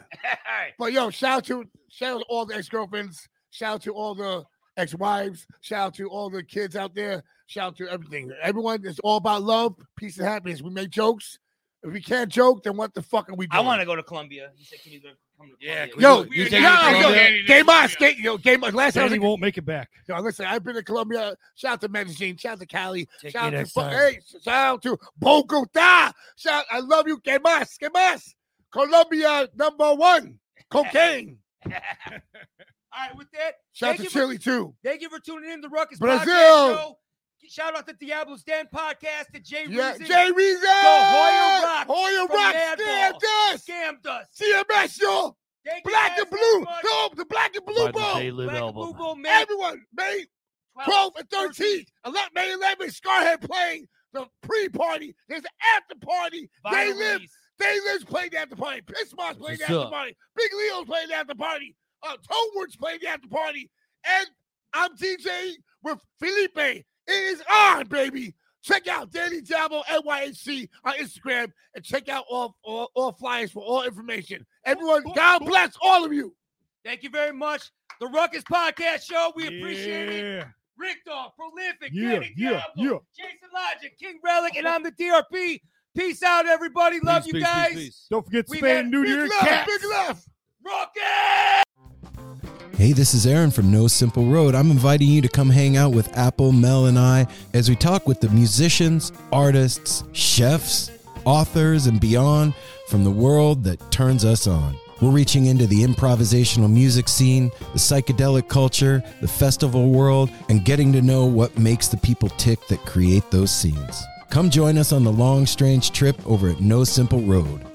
S7: But yo, shout out to shout out to all the ex girlfriends. Shout out to all the ex wives. Shout out to all the kids out there. Shout out to everything. Everyone, it's all about love, peace, and happiness. We make jokes. If we can't joke, then what the fuck are we
S5: I
S7: doing?
S5: want to go to Columbia. He said, "Can you go come to Columbia?"
S7: Yo,
S5: We-
S7: you
S5: we-
S7: yo, yo, Game Boss, Ga- yo, Game Boss. Last time I won't make it back. Yo, listen, I've been to Colombia. Shout out to Medellin. Shout out to Cali. shout out to
S8: next
S7: Bo-
S8: time.
S7: hey, shout out to Bogota. Shout, I love you, Game Boss, Game Boss. Colombia number one, cocaine.
S5: All right, with that,
S7: Shout out
S5: thank
S7: to
S5: you
S7: Chili
S5: for,
S7: too.
S5: Thank you for tuning in to the Ruckus
S7: Brazil.
S5: Podcast Show. Shout out to Diablo's Den Podcast to Jay
S7: Yeah,
S5: Reason.
S7: Jay Reason!
S5: To Hoya Rock.
S7: Hoya
S5: from
S7: Rock
S5: Madball.
S7: scammed us!
S5: Scammed us.
S7: CMS, yo.
S5: Thank you
S7: Black
S5: guys
S7: and blue.
S5: so much.
S7: Yo, the black and blue
S8: By the J.
S7: ball.
S8: Lib album.
S5: Google May
S7: Everyone, May
S5: 12th.
S7: 12th and 13th. Ele- May 11th, Scarhead playing the pre-party. There's an after party. They
S5: Vinyl
S7: live.
S5: release.
S7: They live playing the after party. Pissmoss playing the
S8: what's
S7: after
S8: up.
S7: party. Big Leo's playing the after party. Uh, Toneworks playing the after party. And I'm DJing with Felipe. It is on, baby. Check out Danny Diablo NYHC on Instagram and check out all, all, all flyers for all information. Everyone, God bless all of you.
S5: Thank you very much. The Ruckus Podcast Show. We appreciate it. Rick Dog, Prolific,
S16: Yeah,
S5: Danny
S16: yeah,
S5: Diablo, Jason Logic, King Relic, and I'm the DRP. Peace out, everybody. Love you guys.
S11: Don't forget to
S5: We've
S11: stay
S5: had
S11: new to
S5: big
S11: your
S5: love,
S11: cats.
S5: big love.
S22: Hey, this is Aaron from No Simple Road. I'm inviting you to come hang out with Apple, Mel, and I as we talk with the musicians, artists, chefs, authors, and beyond from the world that turns us on. We're reaching into the improvisational music scene, the psychedelic culture, the festival world, and getting to know what makes the people tick that create those scenes. Come join us on the long, strange trip over at No Simple Road.